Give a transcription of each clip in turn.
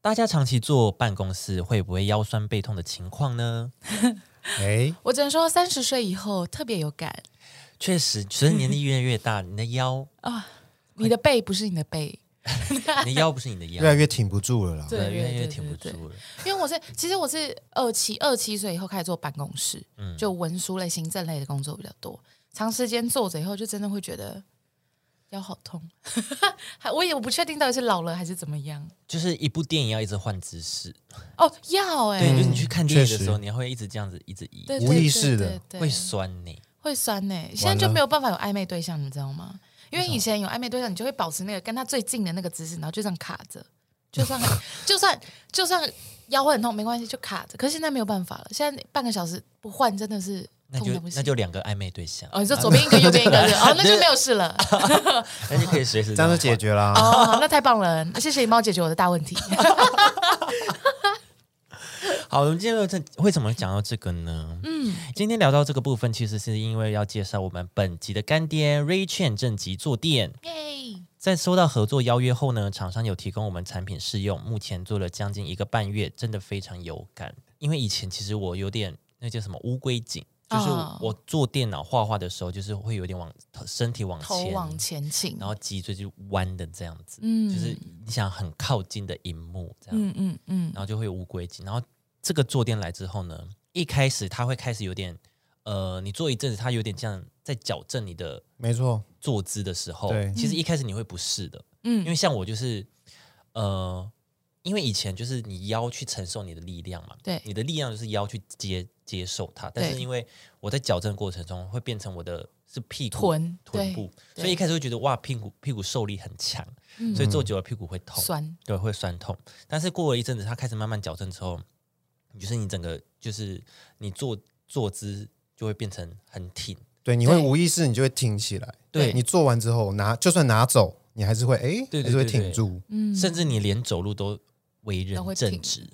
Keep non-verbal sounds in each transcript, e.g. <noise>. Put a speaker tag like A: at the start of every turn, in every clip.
A: 大家长期坐办公室会不会腰酸背痛的情况呢？
B: 哎，
C: 我只能说三十岁以后特别有感
A: 确实，随着年龄越来越大，你的
C: <laughs>
A: 腰，
C: 啊！你的背不是你的背，
A: 你的腰不是你的腰
B: 越，来越挺不住了啦。
C: 对
A: 越来
C: 对
A: 越
C: 对
A: 挺不
C: 对
A: 住了。
C: 因为我是其实我是二七二七岁以后开始做办公室，
A: 嗯
C: 就文书类、行政类的工作比较多，长时间坐着以后就真的会觉得腰好痛， <laughs> 还我也我不确定到底是老了还是怎么样。
A: 就是一部电影要一直换姿势，
C: 哦，要哎、
A: 对，就是你去看电影的
B: 嗯确实
A: 时候，你还会一直这样子，一直移，
C: 对
B: 无意识的
C: 对对对
A: 会
C: 对
A: 酸呢。
C: 会酸呢、现在就没有办法有暧昧对象，你知道吗？因为以前有暧昧对象，你就会保持那个跟他最近的那个姿势，然后就这样卡着，就
A: <laughs>
C: 算就算就算腰会很痛没关系，就卡着。可是现在没有办法了，现在半个小时不换真的是
A: 那
C: 痛
A: 就
C: 的不行。
A: 那就两个暧昧对象，
C: 哦，你说左
A: <laughs>
C: 边一个，右边一个，对哦，那就没有事了。
A: 那就可以
B: <laughs>
A: 随时
B: 这样就
A: 这样
B: 解决啦。
C: 哦，好那太棒了，谢谢你帮我解决我的大
A: <laughs>
C: 问题。
A: 换。好，我们今天这为什么讲到这个呢？嗯，今天聊到这个部分，其实是因为要介绍我们本集的干爹 Ray Chen 正极坐垫。
C: 耶，
A: 在收到合作邀约后呢，厂商有提供我们产品试用，目前做了将近一个半月，真的非常有感。因为以前其实我有点那叫什么乌龟颈，就是
C: 哦
A: 我坐电脑画画的时候，就是会有点往身体往
C: 头
A: 前，
C: 往前倾
A: 然。后脊椎就弯的这样子，
C: 嗯
A: 就是你想很靠近的荧幕这样，
C: 嗯嗯嗯
A: 然，后就会有乌龟颈。然后这个坐垫来之后呢，一开始它会开始有点，呃，你坐一阵子，它有点像在矫正你的
B: 没错，
A: 坐姿的时候
B: 对，
A: 其实一开始你会不适的，
C: 嗯
A: 因为像我就是，呃，因为以前就是你腰去承受你的力量嘛，
C: 对
A: 你的力量就是腰去接接受它，但是
C: 对
A: 因为我在矫正过程中会变成我的是屁股
C: 臀
A: 臀部，
C: 对
A: 所以一开始会觉得哇屁股屁股受力很强，
C: 嗯
A: 所以坐久了屁股会痛，
C: 酸，
A: 对，会酸痛。但是过了一阵子，它开始慢慢矫正之后，就是你整个就是你坐坐姿就会变成很挺，
B: 对，你会
C: 对
B: 无意识，你就会挺起来。
A: 对
B: 你做完之后拿，就算拿走，你还是会哎，
A: 对对
B: 还是会
A: 对对
B: 挺住，
C: 嗯，
A: 甚至你连走路都为人
C: 都会
A: 正
C: 挺
A: 直，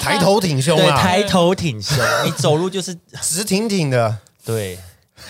B: 抬头挺胸
A: <laughs> 对，
B: 啊，
A: 抬头挺胸，你走路就是
B: 直挺挺的，
A: 对，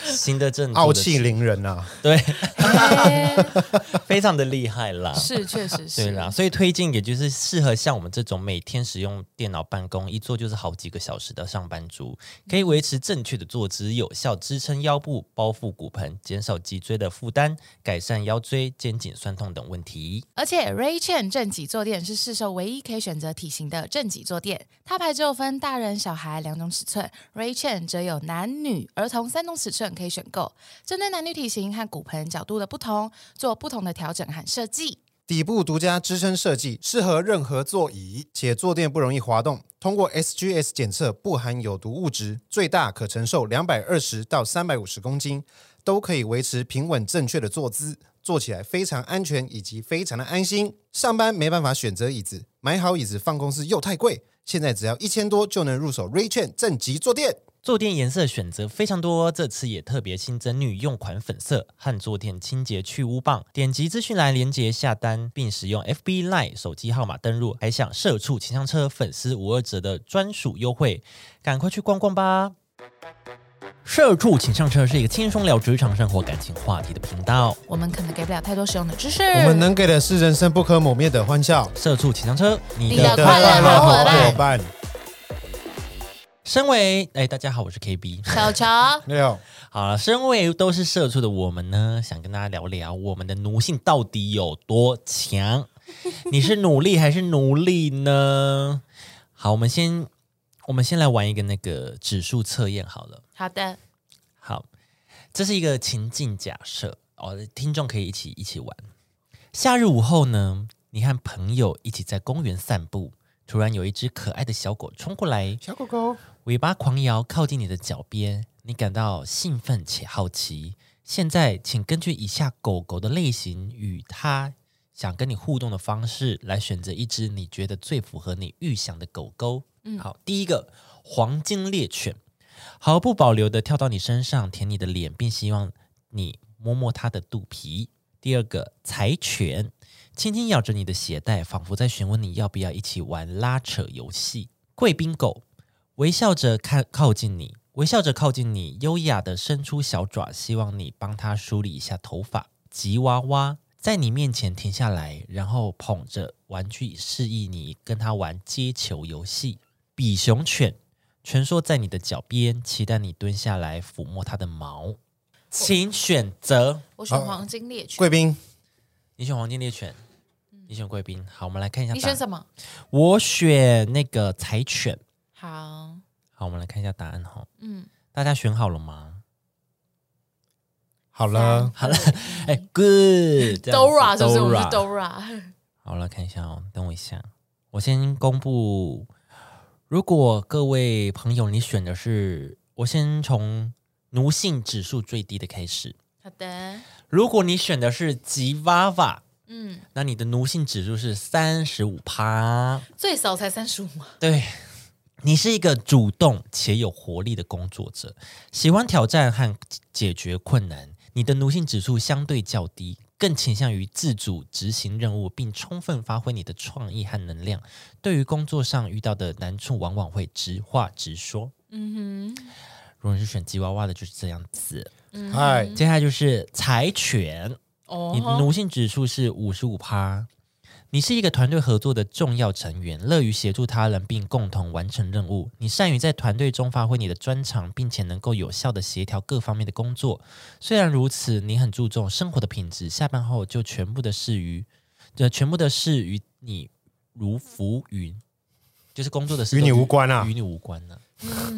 A: 行得正，
B: 傲气
A: 坐得
B: 凌人啊。
A: 直，对，
C: 哎
A: <laughs> 非常的厉害
B: <laughs>
A: 啦。
C: 是确实是
A: 对啦，所以推荐给就是适合像我们这种每天使用电脑办公，一坐就是好几个小时的上班族，可以维持正确的坐姿，有效支撑腰部、包覆骨盆，减少脊椎的负担，改善腰椎、肩颈酸痛等问题。
C: 而且 Ray Chen 正脊坐垫是市售唯一可以选择体型的正脊坐垫，它牌只有分大人、小孩两种尺寸，Ray Chen 则有男女、儿童三种尺寸可以选购，针对男女体型和骨盆角度的不同，做不同的调整和设计。
B: 底部独家支撑设计，适合任何座椅，且坐垫不容易滑动。通过 SGS 检测，不含有毒物质，最大可承受两百二十到三百五十公斤，都可以维持平稳正确的坐姿，坐起来非常安全以及非常的安心。上班没办法选择椅子，买好椅子放公司又太贵，现在只要一千多就能入手 Ray Chen 正极坐垫。
A: 坐垫颜色选择非常多，这次也特别新增女用款粉色和坐垫清洁去污棒。点击资讯栏连接下单，并使用 FB Line 手机号码登录，还享社畜情商车粉丝五二折的专属优惠，赶快去逛逛吧！社畜请上车是一个轻松聊职场、生活、感情话题的频道。
C: 我们可能给不了太多实用的知识，
B: 我们能给的是人生不可磨灭的欢笑，
A: 社畜请上车，你
C: 你
A: 的
C: 的快乐好伙伴
B: 伴。
A: 身为哎，大家好，我是 KB。
C: 小乔，
B: 六，
A: 好了，身为都是社畜的我们呢，想跟大家聊聊我们的奴性到底有多强？你是努力还是奴隶呢？好，我们先我们先来玩一个那个指数测验好了。
C: 好的，
A: 好，这是一个情境假设哦，听众可以一起一起玩。夏日午后呢，你和朋友一起在公园散步，突然有一只可爱的小狗冲过来，
B: 小狗狗，
A: 尾巴狂摇靠近你的脚边，你感到兴奋且好奇。现在，请根据以下狗狗的类型与它想跟你互动的方式，来选择一只你觉得最符合你预想的狗狗。嗯，好，第一个黄金猎犬，毫不保留的跳到你身上，舔你的脸，并希望你摸摸它的肚皮。第二个柴犬，轻轻咬着你的鞋带，仿佛在询问你要不要一起玩拉扯游戏。贵宾狗，微笑着看靠近你，微笑着靠近你，优雅的伸出小爪，希望你帮它梳理一下头发。吉娃娃在你面前停下来，然后捧着玩具示意你跟它玩接球游戏。比熊犬蜷缩在你的脚边，期待你蹲下来抚摸它的毛。请选择，
C: 我选黄金猎犬，
B: 贵宾
A: 你选黄金猎犬，你选贵宾。好，我们来看一下，
C: 你选什么？
A: 么？我选那个柴犬。
C: 好，
A: 好，我们来看一下答案哈。
C: 嗯，
A: 大家选好了吗？
B: 好了，
C: 好了
A: 哎、g o o d
C: ，Dora 是不是？我们是
A: Dora
C: Dora，
A: 好了，看一下哦，等我一下，我先公布。如果各位朋友你选的是，我先从奴性指数最低的开始。
C: <laughs> 好的，
A: 如果你选的是吉娃娃，
C: 嗯，
A: 那你的奴性指数是三十五趴。
C: 最少才三十五嘛，
A: 对，你是一个主动且有活力的工作者，喜欢挑战和解决困难。你的奴性指数相对较低，更倾向于自主执行任务，并充分发挥你的创意和能量。对于工作上遇到的难处，往往会直话直说。
C: 嗯哼，
A: 如果你是选吉娃娃的，就是这样子。
C: 嗯哼
B: 嗨，
A: 接下来就是柴犬，哎你的
C: 哦，
A: 奴性指数是五十五趴。你是一个团队合作的重要成员，乐于协助他人并共同完成任务。你善于在团队中发挥你的专长，并且能够有效的协调各方面的工作。虽然如此，你很注重生活的品质，下班后就全部的事于，呃，全部的事与你如浮云，就是工作的事
B: 与
A: 都
B: 你无关啊
A: 与你无关呢、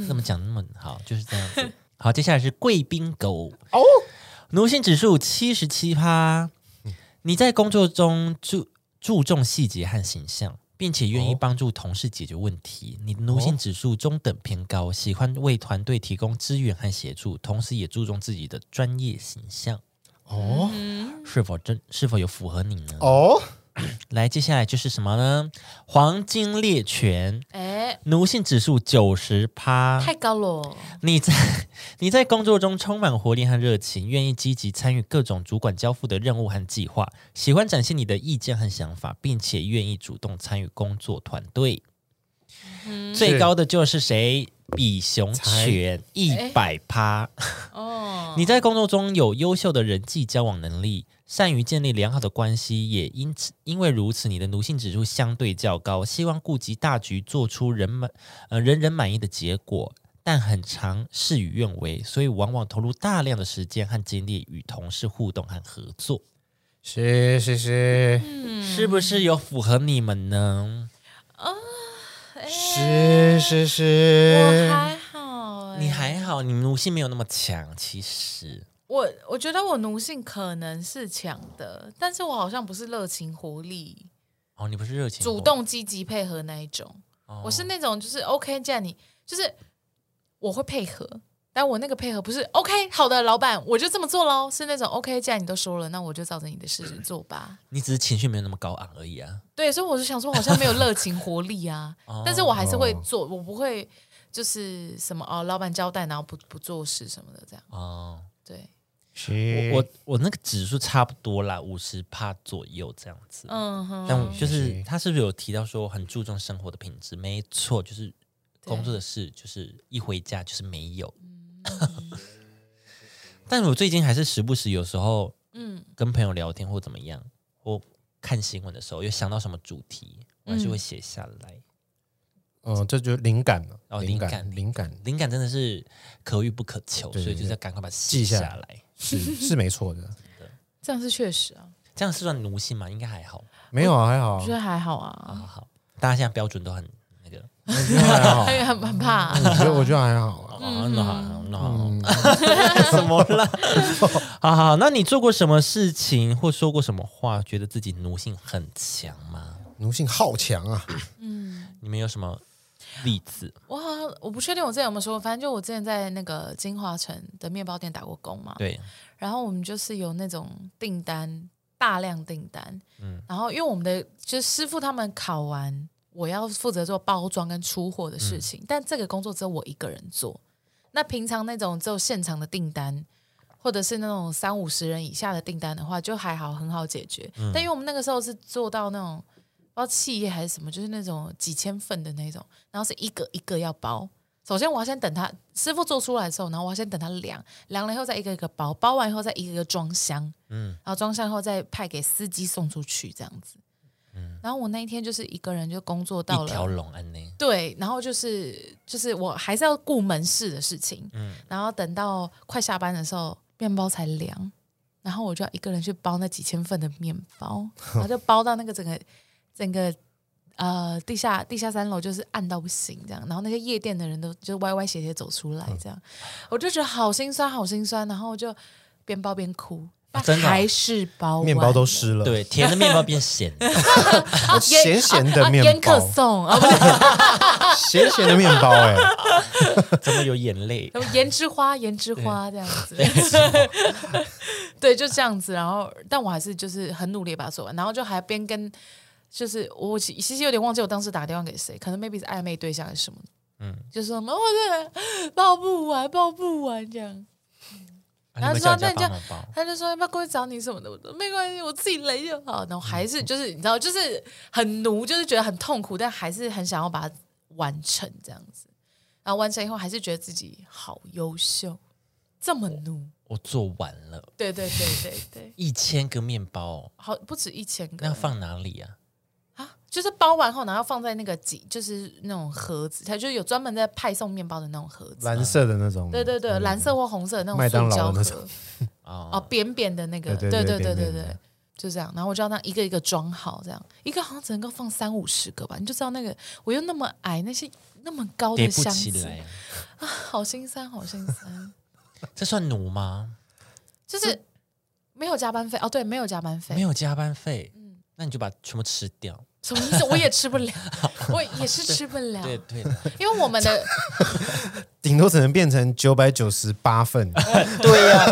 A: 那么讲那么好，就是这样子。好，接下来是贵宾狗
B: 哦
A: 奴性指数七十七趴。
B: 嗯
A: 你在工作中注注重细节和形象，并且愿意
B: 哦
A: 帮助同事解决问题。你的奴性指数中等偏
B: 哦
A: 高，喜欢为团队提供资源和协助，同时也注重自己的专业形象。
B: 哦
C: 嗯，
A: 是否真是否有符合你呢？
B: 哦，
A: 来，接下来就是什么呢？黄金猎犬
C: 哎，
A: 奴性指数九十趴，
C: 太高了，
A: 你在你在工作中充满活力和热情，愿意积极参与各种主管交付的任务和计划，喜欢展现你的意见和想法，并且愿意主动参与工作团队。
C: 嗯
A: 最高的就是谁？比熊犬一百趴。
C: 哦，
A: 你在工作中有优秀的人际交往能力，善于建立良好的关系，也因此因为如此，你的奴性指数相对较高，希望顾及大局，做出人满呃人人满意的结果，但很常事与愿违，所以往往投入大量的时间和精力与同事互动和合作，
B: 是是是
C: 嗯
A: 是不是有符合你们呢？
B: 是是
C: 我
B: 是，
C: 还好，哎
A: 你还好，你奴性没有那么强，其实
C: 我我觉得我奴性可能是强的，但是我好像不是热情活力、
A: 哦，你不是热情
C: 主
A: 过，
C: 动积极配合那一种，
A: 哦
C: 我是那种就是 OK，既然你就是我会配合，但我那个配合不是 OK 好的，老板我就这么做喽，是那种 OK，既然你都说了，那我就照着你的事情做吧。
A: 你只是情绪没有那么高昂而已啊。
C: 对，所以我就想说，好像没有热情活力啊，但是我还是会
B: 哦
C: 做，我不会就是什么哦，老板交代然后不不做事什么的这样，
A: 哦，
C: 对，
B: 是
A: 我我我那个指数差不多啦，五十帕左右这样子。
C: 嗯哼，
A: 但
B: 哦
A: 我就是
B: 是
A: 他是不是有提到说很注重生活的品质？没错，就是
C: 对
A: 工作的事，就是一回家就是没有。
C: 嗯
A: <laughs> 但我最近还是时不时有时候
C: 嗯
A: 跟朋友聊天或怎么样，或看新闻的时候，有想到什么主题，我还是会写下来。
B: 嗯，这就是灵感了，
A: 哦
B: 灵
A: 灵感
B: 灵感
A: 灵感真的是可遇不可求，
B: 对
A: 所以就是
B: 对
A: 要赶快把它
B: 记
A: 下
B: 下
A: 来。
B: 是是没错的，
C: 这样是确实啊，
A: 这样是算奴性吗？应该还好，
B: 没有啊，还好
C: 我
B: 啊
C: 觉，得还好
A: 好好
C: 啊，
A: 好，大家现在标准都很那个。
B: 我觉得还好
C: 他，也很很怕、啊
B: 我觉得我觉得还好啊，
C: 嗯
B: 哦
A: 哦，那好，那好， <laughs> 什么啦？ <laughs> 好好，那你做过什么事情或说过什么话，觉得自己奴性很强吗？
B: 奴性好强啊，
A: 你们有什么例子？
C: <laughs> 我好像我不确定我之前有没有说过，反正就我之前在那个金华城的面包店打过工嘛，
A: 对，
C: 然后我们就是有那种订单，大量订单，嗯，然后因为我们的就是师傅他们考完，我要负责做包装跟出货的事情，但这个工作只有我一个人做。那平常那种只有现场的订单，或者是那种三五十人以下的订单的话，就还好，很好解决。
A: 嗯
C: 但因为我们那个时候是做到那种不知道企业还是什么，就是那种几千份的那种，然后是一个一个要包。首先我要先等它师傅做出来的时候，然后我要先等它凉，凉了以后再一个一个包，包完以后再一个一个装箱，嗯，然后装箱以后再派给司机送出去这样子。然后我那一天就是一个人就工作到
A: 一条
C: 了。
A: 龙安呢，
C: 对，然后就是就是我还是要顾门市的事情，
A: 嗯
C: 然后等到快下班的时候，面包才凉，然后我就要一个人去包那几千份的面包，然后就包到那个整个整个呃地下地下三楼就是暗到不行这样，然后那些夜店的人都就歪歪斜斜走出来
B: 嗯
C: 这样，我就觉得好心酸好心酸，然后就边包边哭，
B: 啊
C: 但
A: 真的哦
C: 还是包
B: 面包都
C: 是
B: 湿了，，
A: 对，甜的面包变咸，
C: <laughs>
B: 咸咸的面
C: 啊烟
B: 包
C: 可，颂啊，不是
B: 咸咸的面包，哎，
A: 怎么有眼泪？
C: 然后盐之花，盐之花这样子， <laughs> 对，就这样子。然后，但我还是就是很努力地把它做完，然后就还边跟，就是我其其实有点忘记我当时打电话给谁，可能 maybe 是暧昧对象还是什么，嗯，就说什么我真的 <laughs> 抱不完，抱不完这样。
A: 啊
C: 然后
A: 你们
C: 说
A: 叫人
C: 那
A: 家
C: 就
A: 帮忙包，
C: 他就说要不要过去找你什么的，我说没关系，我自己来就好。然
B: 嗯
C: 后还是就是你知道，就是很奴，就是觉得很痛苦，但还是很想要把它完成这样子。然后完成以后，还是觉得自己好优秀，这么奴。
A: 我做完了
C: 对对对对对，
A: 一千个面包哦，
C: 好不止一千个，
A: 那要放哪里啊？
C: 啊，就是包完后，然后放在那个几，就是那种盒子，它就是有专门在派送面包的那种盒子。
B: 蓝色的那种，嗯
C: 对对对，蓝色或红色的那种
B: 麦当劳
C: 塑胶
B: 的那种
C: 盒，哦，
A: 哦，
C: 扁扁的那个，
B: 对
C: 对
B: 对对
C: 对对
B: 扁
C: 对
B: 扁的
C: 对，就这样。然后我就要那样一个一个装好，这样一个好像只能够放三五十个吧，你就知道那个我又那么矮，那些那么高
A: 叠
C: 的
A: 不
C: 箱
A: 起
C: 子，
A: 来，
C: 好心酸，好心酸。
A: 这算奴吗？
C: 就是没有加班费哦，对，嗯没有加班费
A: 没，有加班费，那你就把全部吃掉。
C: 什么意思？我也吃不了，我也是吃不
A: <laughs>
C: 了。
A: 对对，
C: 因为我们的
B: 顶多只能变成九百九十八份，
A: 对呀，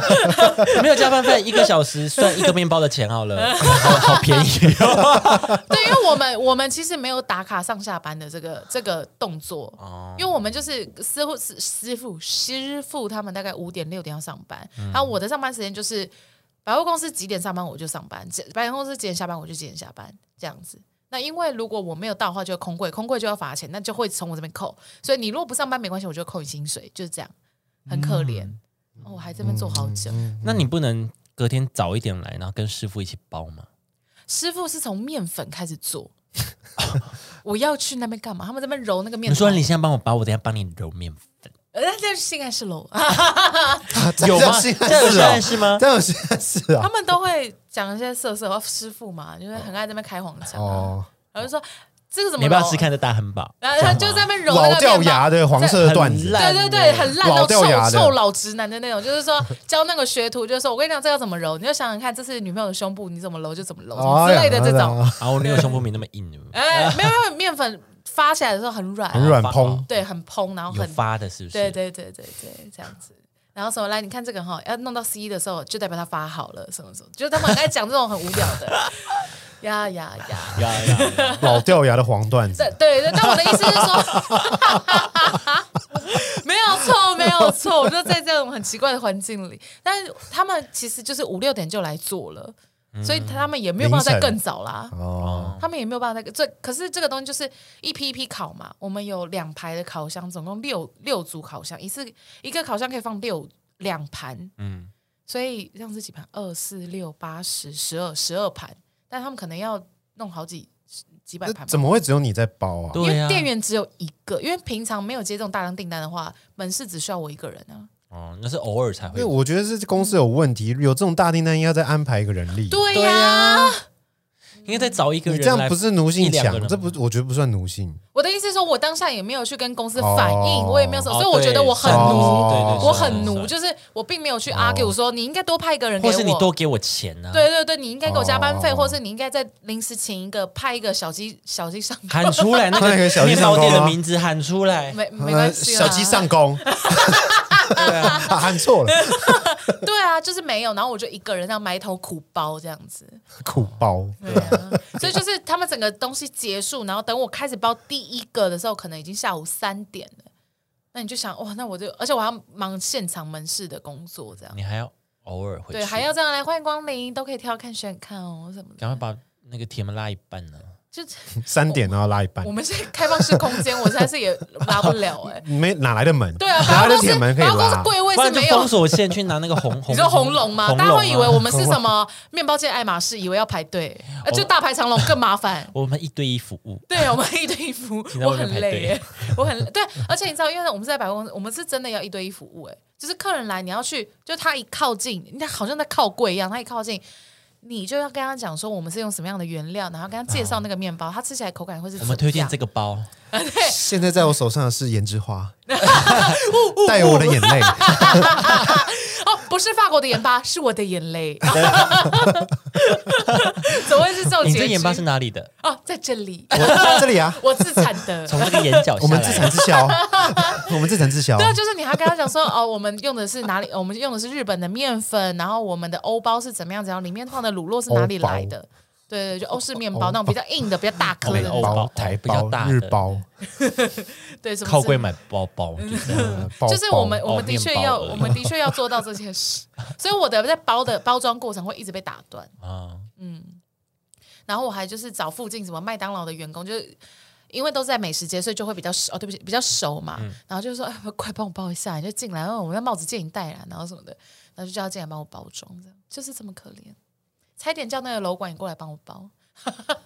A: 没有加班费，一个小时算一个面包的钱好
C: <laughs>
A: 了，好好便宜哦。
C: 对，因为我们我们其实没有打卡上下班的这个这个动作，因为我们就是师傅师师傅师傅他们大概五点六点要上班，然后我的上班时间就是百货公司几点上班我就上班，几百货公司几点下班我就几点下班这样子。那因为如果我没有到的话，就会空柜，空柜就要罚钱，那就会从我这边扣。所以你如果不上班没关系，我就扣你薪水，就是这样，很可怜。哦，我还这边做好久，
A: 那你不能隔天早一点来，然后跟师傅一起包吗？
C: 师傅是从面粉开始做。 <laughs> 我要去那边干嘛？他们在那边揉那个面
A: 你
C: 团。
A: 说你现在帮我包，我等一下帮你揉面
C: <laughs>
A: 粉，
C: 呃，那就是性暗示喽。
A: 有
B: <laughs>
A: 吗？
B: 这
A: 这有这
B: 样是啊
A: 样，是吗？
B: 这样是
C: 他
B: 啊，
C: 们都会讲一些色色话，师傅嘛，就是很爱在那边开黄腔、啊，
B: 哦，
C: 然后就说这个怎么
A: 你要不要
C: 揉
A: 试？看这大汉堡？
C: <laughs> 然后他就在那边揉那
B: 老
C: 个
B: 掉
C: 面包
B: 牙的黄色的段子
A: 很，烂
C: 对对对，很烂，
B: 老
C: 然后
B: 掉牙
C: 臭
B: 的
C: 臭老直男的那种，就是说教那个学徒，就是说我跟你讲这要怎么揉，你就想想看，这是女朋友的胸部，你怎么揉就怎么揉，什么
B: 哎
C: 之
B: 呀
C: 类的这种。，
A: 然后你有胸部没啊那么
C: <laughs>
A: 硬哦，
C: 哎，没有没有，面粉发起来的时候很软，
B: 很软烹，
C: 对，很蓬，然后
A: 有
C: 很
A: 发的是不是？
C: 对对对对对，这样子。然后什么来？你看这个哈，要弄到 C 的时候，就代表它发好了，什么什么，就是他们很爱讲这种很无聊的， <laughs> 呀呀呀！
A: 呀呀呀
B: 老掉牙的黄段子
C: 对，对对，但我的意思
B: <laughs>
C: 是说，没有错，没有错，我就在这种很奇怪的环境里，但是他们其实就是五六点就来做了，所以他们也没有办法再
B: 嗯凌晨
C: 更早啦。
B: 哦，
C: 他们也没有办法那个这，可是这个东西就是一批一批烤嘛。我们有两排的烤箱，总共六六组烤箱，一次一个烤箱可以放六两盘，
A: 嗯，
C: 所以这样是几盘？二四六八十十二十二盘，但他们可能要弄好几几百
B: 那
C: 盘吧。
B: 怎么会只有你在包啊？
C: 因
A: 对
C: 为
A: 啊，
C: 店员只有一个，因为平常没有接这种大量订单的话，门市只需要我一个人啊。
A: 哦，那是偶尔才
B: 因为
A: 会。
B: 我觉得是公司有问题，有这种大订单应该再安排一个人力。
C: 对
A: 对啊
C: 呀、
A: 呀，应该再找一个
B: 你
A: 人
B: 这样
A: 来
B: 不是奴性
A: 一两个
B: 强，
A: 人
B: 这不我觉得不算奴性，
C: 我的意思是说，我当下也没有去跟公司反映，
B: 哦
C: 我也没有什么，
A: 哦
C: 所以我觉得我很
A: 对
C: 奴。
B: 哦
A: 对对对
C: 我很奴，
A: 是哦
C: 就是我并没有去 argue 说你应该多派一个人给
A: 或
C: 我，
A: 是你多给我钱啊呢？
C: 对对对，你应该给我加班费，
B: 哦
C: 或是你应该再临时请一个派一个小鸡小鸡上
A: 喊出来那
B: <laughs> 那个小
A: 个
B: 鸡
A: 面
B: 上
A: 包店
B: 钩
A: 的
B: 啊
A: 名字喊出来，
C: 没没关系啦
B: 呃小鸡上弓， <laughs> 啊喊错了，
C: 对啊，就是没有，然后我就一个人这样埋头苦包这样子，
B: 苦包。
C: 对啊，所以就是他们整个东西结束，然后等我开始包第一个的时候，可能已经下午三点了。那你就想哇，那我就，而且我还要忙现场门市的工作，这样
A: 你还要偶尔回去，
C: 对，还要这样来欢迎光临，都可以挑看选看哦什么的。
A: 赶快把那个铁门拉一半呢。
C: 就是
B: 三点然后拉一半
C: 我，们是开放式空间，我实在是也拉不了
B: <laughs>
C: 哎、
B: 没哪来的门？
C: 对啊，
B: 哪来
C: 百货
B: 的
C: 公司，
B: 铁门可以
C: 百货公司
B: 拉？
C: 柜位
A: 不
C: 是
A: 然就
C: 没
A: 封
C: 有。
A: 锁线去拿那个
C: <laughs>
A: 红红，
C: 你说红龙吗？
A: 红
C: 大家会以为
A: 啊。
C: 我们是什么面包界爱马仕，以为要排队，呃，就大排长龙更麻烦
A: 我们一对一服务，
C: 对，我们一对一服务，
A: 请到
C: 我
A: 外面
C: 很
A: 排队
C: 累耶，我很累对。而且你知道，因为我们是在百货公司，我们是真的要一对一服务，哎，就是客人来，你要去，就他一靠近，他好像在靠柜一样，他一靠近，你就要跟他讲说我们是用什么样的原料，然后跟他介绍那个面包，它吃起来口感会是
A: 我
C: 怎么
A: 们
C: 样。
A: 推荐这个包，
B: 现在在我手上的是颜值
C: <laughs>
B: 花，带有我的眼泪。
C: 哦，不是法国的盐巴，是我的眼
A: <laughs>
C: 泪。怎么会是这种结
A: 你
C: 局？
A: 这盐巴是哪里的？
C: 哦，在这里，
B: 我这里啊，
C: 我自产的。
A: 从那个眼角
B: 我
A: 下
B: 们自
A: 来
B: 产
A: 的。
B: 自
C: <laughs>
B: 销，我们自产自销
C: 对。啊，就是你还跟他
A: <laughs>
C: 讲说，哦，我们用的是哪里？哦我们用的是日本的面粉，然后我们的欧包是怎么样怎么样，里面放的乳酪是哪里来的？对
A: 哦
C: 对，对就欧式面包那种比较硬的、比较大颗的
A: 美
C: 那
A: 欧
C: 种，
A: 哦包
B: 包、台
A: 比较
B: 包、
A: 大的
B: 日包，
C: 对，什么
A: 靠柜
C: 之
A: 买包包，就是
B: 呃包
C: 嗯就是我们
B: 包
A: 包哦
C: 我们的确
A: 面包
C: 要，
A: 而已
C: 我们的确要做到这件事，所以我的在包的包装过程会一直被打断。
A: <laughs> 啊，
C: 然后我还就是找附近什么麦当劳的员工，就是因为都是在美食街，所以就会比较熟。哦，对不起，比较熟嘛。然后就说：“哎，快帮我包一下，你就进来，哦，我那帽子借你戴啦，然后什么的。”然后就叫他进来帮我包装，这样就是这么可怜。差一点叫那个楼管也过来帮我包。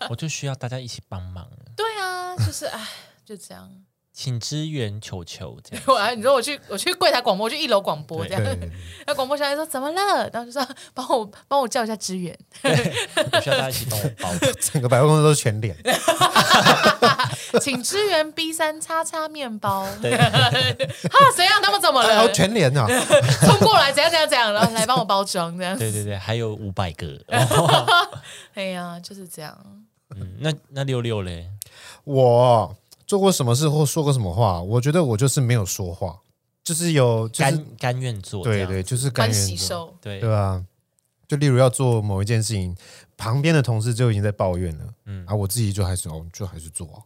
A: 我就需要大家一起帮忙，
C: 对啊，就是哎，就这样。 <laughs>
A: 请支援球球这样。
C: 我啊，你说我去我去柜台广播，我去一楼广播这
A: 对
B: 对对
C: 样。
B: 对
C: 那广播小姐说怎么了？然后就说帮我帮我叫一下支援。
A: 我需要大家一起帮我
C: <laughs>
A: 包。
B: <laughs> 整个百货公司都是全脸，
C: 请支援 B 三叉叉面包。
A: 对
C: <laughs> 哈，怎样？他们怎么
B: 然
C: 了
B: 后？全脸啊，
C: 冲过来，怎样怎样怎样，然后来帮我包装这样。
A: 对对对，还有五百
C: <laughs>
A: 个。
C: 嗯哎呀，就是这样。
A: 嗯，那那六六嘞，
B: 我做过什么事或说过什么话，我觉得我就是没有说话，就是有就是
A: 甘甘愿做这
B: 对
A: 样。
B: 对，就是甘
C: 欢
B: 愿
C: 喜
B: 做，
C: 受，
A: 对
B: 对啊，就例如要做某一件事情，旁边的同事就已经在抱怨了，嗯，啊，我自己就还是哦，就还是做啊，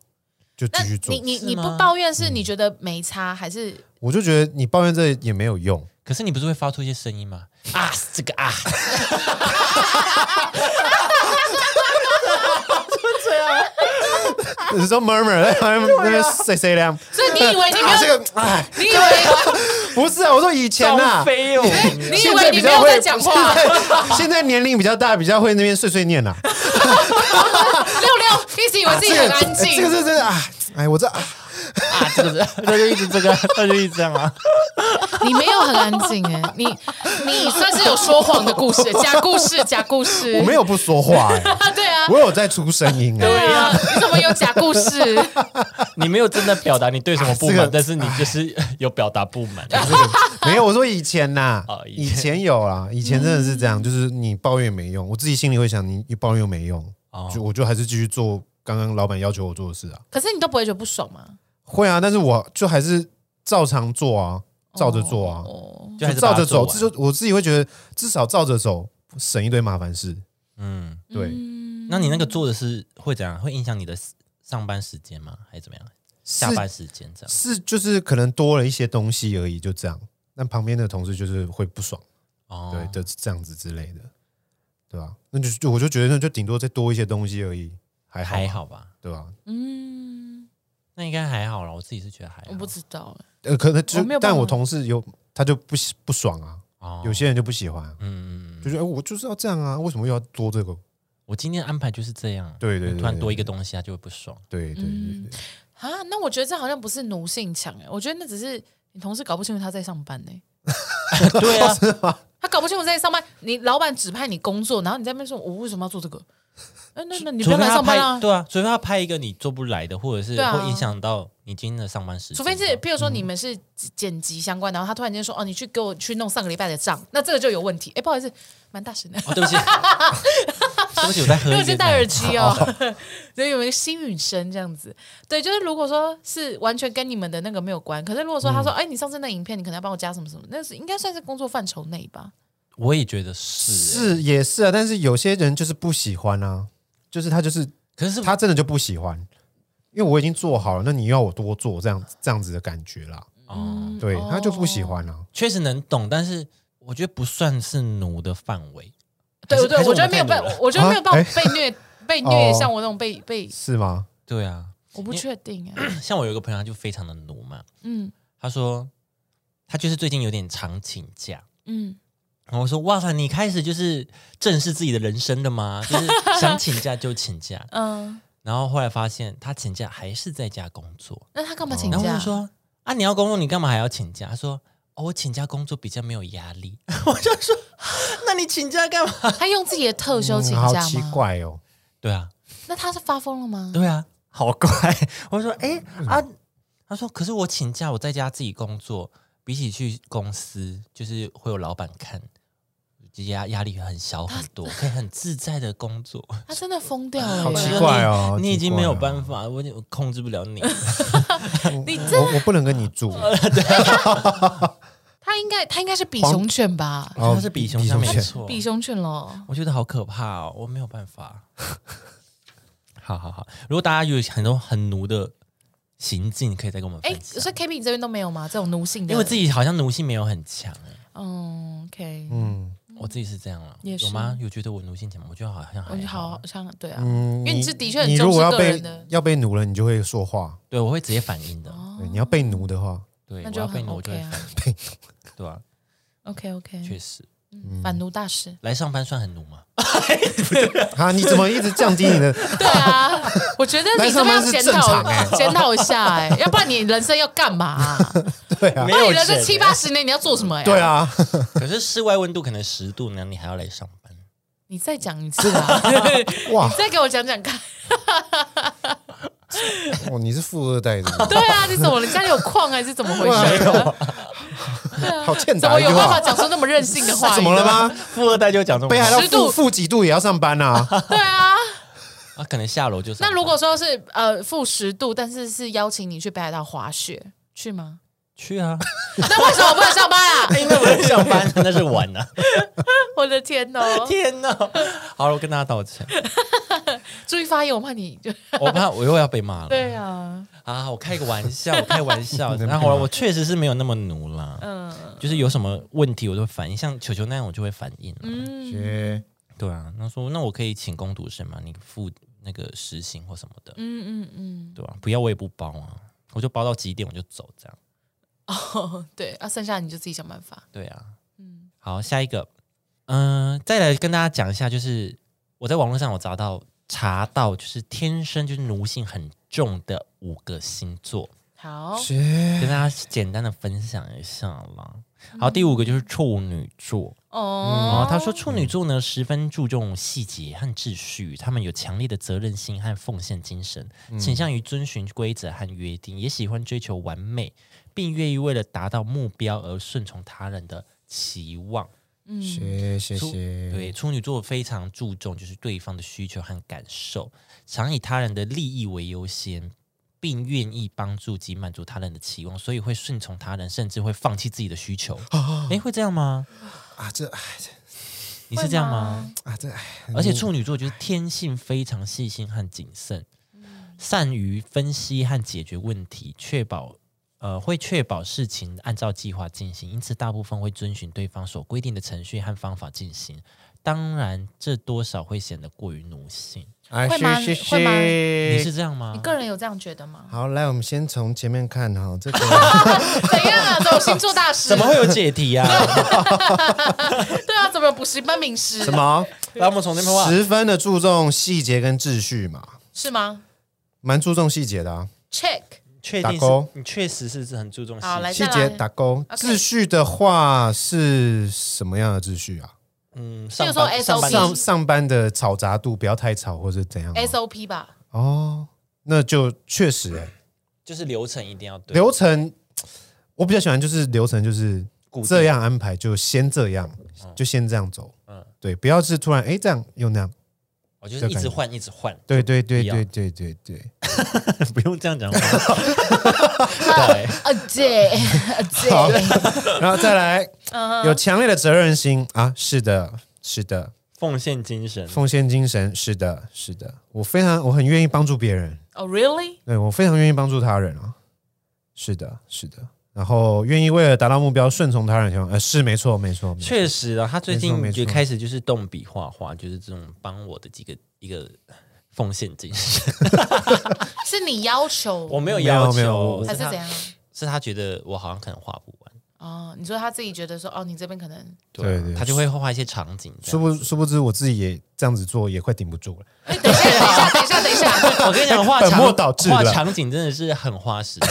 B: 就
C: 那
B: 继续做
C: 你。你
A: 是
C: 你不
A: 吗
C: 抱怨是你觉得没差，还是
B: 我就觉得你抱怨这也没有用，
A: 可是你不是会发出一些声音吗？啊，这个 <laughs> 啊，
B: 有时候 murmur
C: <laughs>
B: 在旁
C: 啊
B: 边那边谁谁凉，
C: 所以你以为你没
B: 啊
C: 有，
B: 这个哎，
C: 你以为
B: 不是啊，我说以前呐、
A: 赵飞哦，
C: 你以
B: 现在
C: 为你
B: 比
C: 没
B: 较
C: 有
B: 会
C: 在讲话？
B: 现在现在年龄比较大，比较会那边碎碎念呐、啊。
C: 六六一直以为自己
B: 这
C: 很
B: 个
C: 安
B: 这个
C: 静，
B: 是真的啊！哎，我这
A: <laughs>
B: 啊，
A: 啊，这个是， <laughs> 他就一直这个，他就一直这样啊。
C: 你没有很安静哎，你你算是有说谎的故事，假故事，假故事。
B: 我没有不说话哎、
C: 啊，对啊，
B: 我有在出声音哎、
C: 对啊，你怎么有假
B: <laughs>
C: 故事？
A: 你没有真的表达你对什么不满，
B: 啊这个
A: 但是你就是有表达不
B: <laughs>
A: 满。
B: 没有，我说以前呐、
A: 哦以
B: 以
A: 前
B: 前有啦，以前真的是这样，就是你抱怨没用，我自己心里会想，你你抱怨又没用，
A: 哦
B: 就我就还是继续做刚刚老板要求我做的事啊。
C: 可是你都不会觉得不爽吗？
B: 会啊，但是我就还是照常做啊，照着做啊，
C: 哦，
A: 就还是
B: 照
A: 把它
B: 着
A: 做
B: 走，
A: 完
B: 这就我自己会觉得至少照着走，省一堆麻烦事。
A: 嗯，
B: 对，
C: 嗯
A: 那你那个做的是会怎样？会影响你的 s- 上班时间吗？还是怎么样？下班时间这样？
B: 是就是可能多了一些东西而已，就这样。那旁边的同事就是会不爽，
A: 哦，
B: 对的，这样子之类的，对吧、那就就我就觉得那就顶多再多一些东西而已，还好，
A: 还，好吧？
B: 对吧、
C: 嗯，
A: 那应该还好了，我自己是觉得还好。
C: 我不知道哎，
B: 呃，可能就
C: 我没有办法
B: 但我同事有他就不喜不爽啊，
A: 哦
B: 有些人就不喜欢啊、
A: 嗯，嗯嗯
B: 就觉得、哎我就是要这样啊，为什么又要多这个？
A: 我今天安排就是这样。
B: 对对对
A: 你突然
B: 对
A: 多一个东西，他就会不爽。
B: 对对对
C: 嗯
B: 对，
C: 啊，那我觉得这好像不是奴性强哎，我觉得那只是你同事搞不清楚他在上班呢、
A: <laughs> 对
C: <laughs>
A: 啊，
C: 他搞不清楚在上班，你老板指派你工作，然后你在那边说我为什么要做这个？哎、那那你
A: 除
C: 不要
A: 非
C: 来
A: 他
C: 上
A: 拍
C: 班啊！
A: 对啊，除非他拍一个你做不来的，或者是
C: 对啊
A: 会影响到你今天的上班时间。
C: 除非是，譬如
A: 嗯
C: 说你们是剪辑相关，然后他突然间说：“哦，你去给我去弄上个礼拜的账。”那这个就有问题。哎，不好意思，蛮大声的，
A: 哦，对
C: <laughs>
A: 不起，对不起，我在喝
C: 因为
A: 一
C: 我是
A: 点
C: 戴耳
A: 奶。
C: 机哦， <laughs> 所以有一个心语声这样子。对，就是如果说是完全跟你们的那个没有关，可是如果说他说：“哎，你上次那影片，你可能要帮我加什么什么”，那是应该算是工作范畴内吧？
A: 我也觉得是，欸
B: 是也是啊，但是有些人就是不喜欢啊，就是他就是
A: 可是
B: 他真的就不喜欢，因为我已经做好了，那你要我多做这样这样子的感觉啦，
A: 哦，
B: 对，他就不喜
C: 嗯哦
B: 欢啊啦。
A: 确实能懂，但是我觉得不算是奴的范围。
C: 对
A: 还是
C: 对，
A: 还是
C: 我觉得
A: 们
C: 没有
A: 太
C: 办
A: 努了，
C: 我觉得没有办
B: 啊
C: 法被虐被虐，
B: 哦
C: 像我那种被被，
B: 是吗？
A: 对啊， <clears throat>
C: 我不
A: 你
C: 确定哎、
A: 像我有一个朋友，他就非常的奴嘛，
C: 嗯
A: 他说他就是最近有点常请假，
C: 嗯，
A: 然后我说：“哇塞，你开始就是正视自己的人生了吗？就是想请假就请假。
C: 嗯，”
A: 然后后来发现他请假还是在家工作，
C: 那他干嘛请
A: 然后我
C: 假？
A: 就说：“啊，你要工作，你干嘛还要请假？”他说：“哦，我请假工作比较没有压力。” <laughs> 我就说：“那你请假干嘛
C: 他用自己的特休请
B: 嗯好
C: 假吗？
B: 奇怪哦，？”
A: 对啊，
C: 那他是发疯了吗？
A: 对啊，好怪。 <laughs> 我就说：“哎啊，他说，可是我请假，我在家自己工作，比起去公司，就是会有老板看。”压压力很小很多，可以很自在的工作。啊
C: 他真的疯掉了耶，哎
B: 好奇怪哦好奇怪哦
A: 你已经没有办法，我已经我控制不了
B: <laughs>
A: 你。
C: 你这
B: 我我不能跟你
C: 哦
B: 住，
C: 他应该他应该是比熊犬吧？
A: 他是比熊上没
B: 哦比熊
A: 错，
C: 比熊犬咯。
A: 我觉得好可怕哦，我没有办
B: <laughs>
A: 法。好好好，如果大家有很多很奴的行径，可以再跟我们
C: 哎、
A: 分享。
C: 所以 K B 你这边都没有吗？这种奴性的，
A: 因为我自己好像奴性没有很强哎、
C: 嗯，OK， <laughs>
B: 嗯
A: 我自己是这样了，
C: 也是
A: 有吗？有觉得我奴性强吗？我觉得好像
C: 我觉
A: 还
C: 得
A: 好，
C: 好像对啊，
B: 嗯，
C: 因为你是的确很
B: 你
C: 重
B: 如
C: 视
B: 果要
C: 个
B: 被
C: 人的，
B: 要被奴了，你就会说话。
A: 对我会直接反应的。
B: 对，你要被奴的话，
A: 对，
C: 哦那
A: 我
C: 就
A: 要被
C: 很
A: 奴我就
C: OK
A: 会
C: 啊嗯
A: 反应，
B: 被
A: 对
C: <laughs>
A: 啊，
C: ，OK OK，
A: 确实。，
B: 嗯
C: 反奴大师
B: <laughs>
A: 来上班算很奴吗？
B: 啊，你怎么一直降低你
C: <laughs>
B: 的？
C: 对啊，我觉得你这边要检
B: 来上
C: 讨
B: 班是正常欸
C: 检讨一下，哎，要不然你人生要干嘛啊？
B: 对啊
A: 没，
C: 不然
A: 有
C: 你人生
A: 钱欸
C: 七八十年你要做什么呀？欸
B: 对，啊，
A: <laughs> 可是室外温度可能十度呢，你还要来上 <laughs> 班？
C: 你再讲一次啊， <laughs>
B: 哇，
C: 再给我讲讲看。
B: 哦，你是富二代的，
C: <laughs> 对啊，你怎么了？你家里有矿还是怎么回
B: 没
C: 事？
B: 有，好欠
C: 怎
B: 打
C: 么
B: 一句
C: 有办法
B: 话，
C: 讲出那么任性
B: <laughs>
C: 的话？
B: 怎么了？吗？
A: 富二代就讲这
B: 北海
A: 么
B: 道
C: 十度
B: 负负几度也要上班
C: <laughs>
B: 啊？
C: 对啊，
A: 啊，可能下楼就上
C: 那
A: 班
C: 如果说是呃负十度，但是是邀请你去北海道滑雪，去 <laughs> 吗？
A: 去啊，
C: 那为什么我不能上班 <laughs> 啊？
A: 因为我在上班，那是玩呢、
C: 我的天哦！
A: <laughs> 天哪！好了，我跟大家道歉，
C: <laughs> 注意发言，我怕你就
A: 我怕我又要被骂了。
C: <laughs> 对啊，
A: 啊，我开个玩笑，我开玩笑。然后我确实是没有那么奴啦，
C: 嗯
A: 就是有什么问题我都会反应，像球球那样我就会反应啊、
C: 嗯
B: 学
A: 对啊，那说那我可以请工读生嘛，你付那个时薪或什么的，
C: 嗯嗯嗯，
A: 对吧、不要我也不包啊，我就包到几点我就走这样。
C: 哦 <laughs> 对，啊，剩下你就自己想办法。
A: 对啊，
C: 嗯
A: 好，下一个，嗯、再来跟大家讲一下，就是我在网络上我找到查到，就是天生就是奴性很重的五个星座。
C: 好，
B: 学
A: 跟大家简单的分享一下啦。好，第五个就是处女座
C: 哦
B: 嗯
A: 哦，他说处女座呢十分注重细节和秩序，他们有强烈的责任心和奉献精神，倾向于遵循规则和约定，也喜欢追求完美，并愿意为了达到目标而顺从他人的期望。
B: 学学
A: 处
B: 学，
A: 对，处女座非常注重就是对方的需求和感受，常以他人的利益为优先，并愿意帮助及满足他人的期望，所以会顺从他人，甚至会放弃自己的需求。诶，会这样吗？
B: 啊，这哎这
A: 你是这样吗？
B: 啊这哎，
A: 而且处女座就是天性非常细心和谨慎，善于分析和解决问题，确保呃会确保事情按照计划进行，因此大部分会遵循对方所规定的程序和方法进行。当然，这多少会显得过于奴性。
B: 哎
C: 会吗
B: 学
C: 会吗
A: 你
B: 学
A: 是
B: 学，
A: 这样吗
C: 你？个人有这样觉得 <laughs> 吗？
B: 好，来，我们先从前面看哈，这个
C: 怎样啊？怎么有星座大 <laughs> 师？
A: 怎么会有解题啊？
C: 对啊？怎么有补习班名师
B: 什？么
A: 让我们从那边话。
B: 十分的注重细节跟秩序嘛，
C: 是吗
B: 蛮注重细节的啊，
C: ？Check，
A: 确
B: 打
A: 定
B: 勾
A: 是，你确实是很注重细
C: 好来
A: 节。
B: 细
C: 哎再
B: 节打勾。
C: OK
B: 秩序的话是什么样的秩序啊？
A: 嗯，
C: 如
A: 上
C: 说
A: 班上
C: SOP
A: 班
C: 上
B: 上上班的吵杂度不要太吵，或者怎样啊？
C: SOP 吧，
B: 哦，那就确实欸
A: 就是流程一定要对，
B: 流程，我比较喜欢就是流程就是
A: 固定
B: 这样安排，就先这样，就先这样走。
A: 嗯
B: 对，不要是突然哎这样又那样。
A: 我就是一直换一直换。
B: 对对对
A: 不要
B: 对对对对，
A: 不用这样讲
C: <laughs>
A: 话。对，
C: 啊 <laughs> 对啊
B: <laughs> 好
C: 对，，
B: 然后再来
C: <laughs> 嗯，
B: 有强烈的责任心啊，是的，是的，
A: 奉献精神。
B: 奉献精神，是的，是的，我非常我很愿意帮助别人，
C: 哦 really？
B: 对我非常愿意帮助他人啊，是的，是的，然后愿意为了达到目标顺从他人的情况，呃，是没错，没错，没错
A: 确实啊，他最近
B: 没错没错
A: 就开始就是动笔画画，就是这种帮我的几个一个奉献精神。
C: <laughs> 是你要求
A: 我没有
B: 没有
A: 要
B: 没有
A: 求，
B: 我
C: 还是
A: 他
C: 怎样？
A: 是他觉得我好像可能画不完，
C: 哦，你说他自己觉得
A: 嗯
C: 说，哦，你这边可能
B: 对对
A: 他就会画一些场景这
B: 殊
A: 样。
B: 不殊不知我自己也这样子做也快顶不住了。
C: 哎，等一下，等
A: <laughs>
C: 一下，等一下，等一下，
A: 我跟你
B: <laughs>
A: 讲，画
B: 本
A: 场
B: 末倒置
A: 画
B: 了
A: 场景真的是很花时
C: <laughs>
A: 间，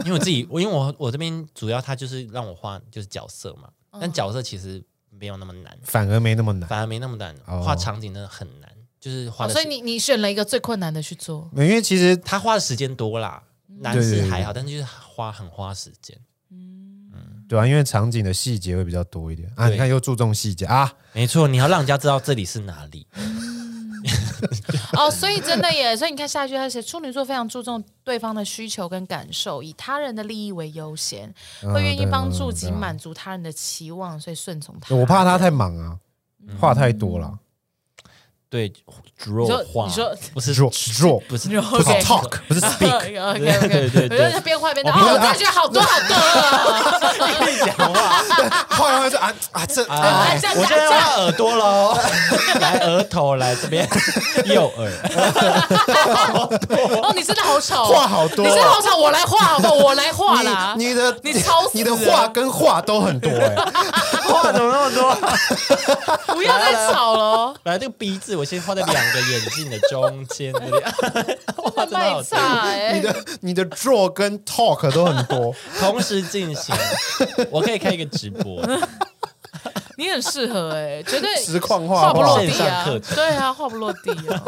A: 因为我自己，我因为我我这边主要他就是让我画就是角色嘛，
C: 哦
A: 但角色其实没有那么难，
B: 反而没那么难，
A: 反而没那么难，
B: 哦
A: 画场景真的很难，就是画
C: 哦
A: 的
C: 所以
A: 时，
C: 你你选了一个最困难的去做，
A: <laughs>
B: 因为其实
A: 他花的时间多啦，
C: 嗯
A: 难
B: 对
A: 是
B: 对
A: 还好，但是就是花很花时间，
B: 对啊，因为场景的细节会比较多一点啊。
A: 对
B: 你看又注重细节啊，
A: 没错，你要让人家知道这里是哪里，
C: 哦，所以真的耶，所以你看下一句他写处女座非常注重对方的需求跟感受，以他人的利益为优先，会愿意帮助及
B: 嗯对啊
C: 满足他人的期望，所以顺从
A: <laughs>
C: 他。
B: 我怕他太忙啊，话太多了，
A: 对，
C: 你
A: 弱
C: 说
A: 画，
C: 你说
A: 不是
B: 弱弱
A: 不是
C: 你说
B: 不是
C: OK
B: talk，不是
C: <laughs>
B: speak，
C: OK OK，
A: 对对对
C: 我就边画边
A: 我不
C: 哦，
A: 是
C: 我大学好多好多了，
A: 讲话，
B: 后来就啊啊这
A: 啊
C: 哎这样
A: 我现在要耳朵喽，来额头，来这边右耳，
C: 哦，你真的好丑，
B: 话好多
C: 你
B: 啊
C: 真的好丑，我来画好不好？我来画啦，
B: 你你的
C: 你吵死
B: 你的
C: 人
B: 话跟话都很多
A: <laughs>
B: 哎，
A: 话怎么那么多？
C: 不要再吵
A: <laughs>
C: 了哦，
A: 来，这个鼻子我先画在两个眼镜的中间这里，画真的好
C: 卖
A: 听，
B: 你
C: 惨哎，
B: 的你的 draw 跟 talk 都很多，
A: 同时进行，我可以开一个直播，
C: 你很适合 <laughs> 哎，绝对
B: 实况
C: 画
B: 画
C: 不落
B: 画
A: 线
C: 地
A: 上
C: 啊
A: 课，
C: <laughs> 对啊，画不落地啊。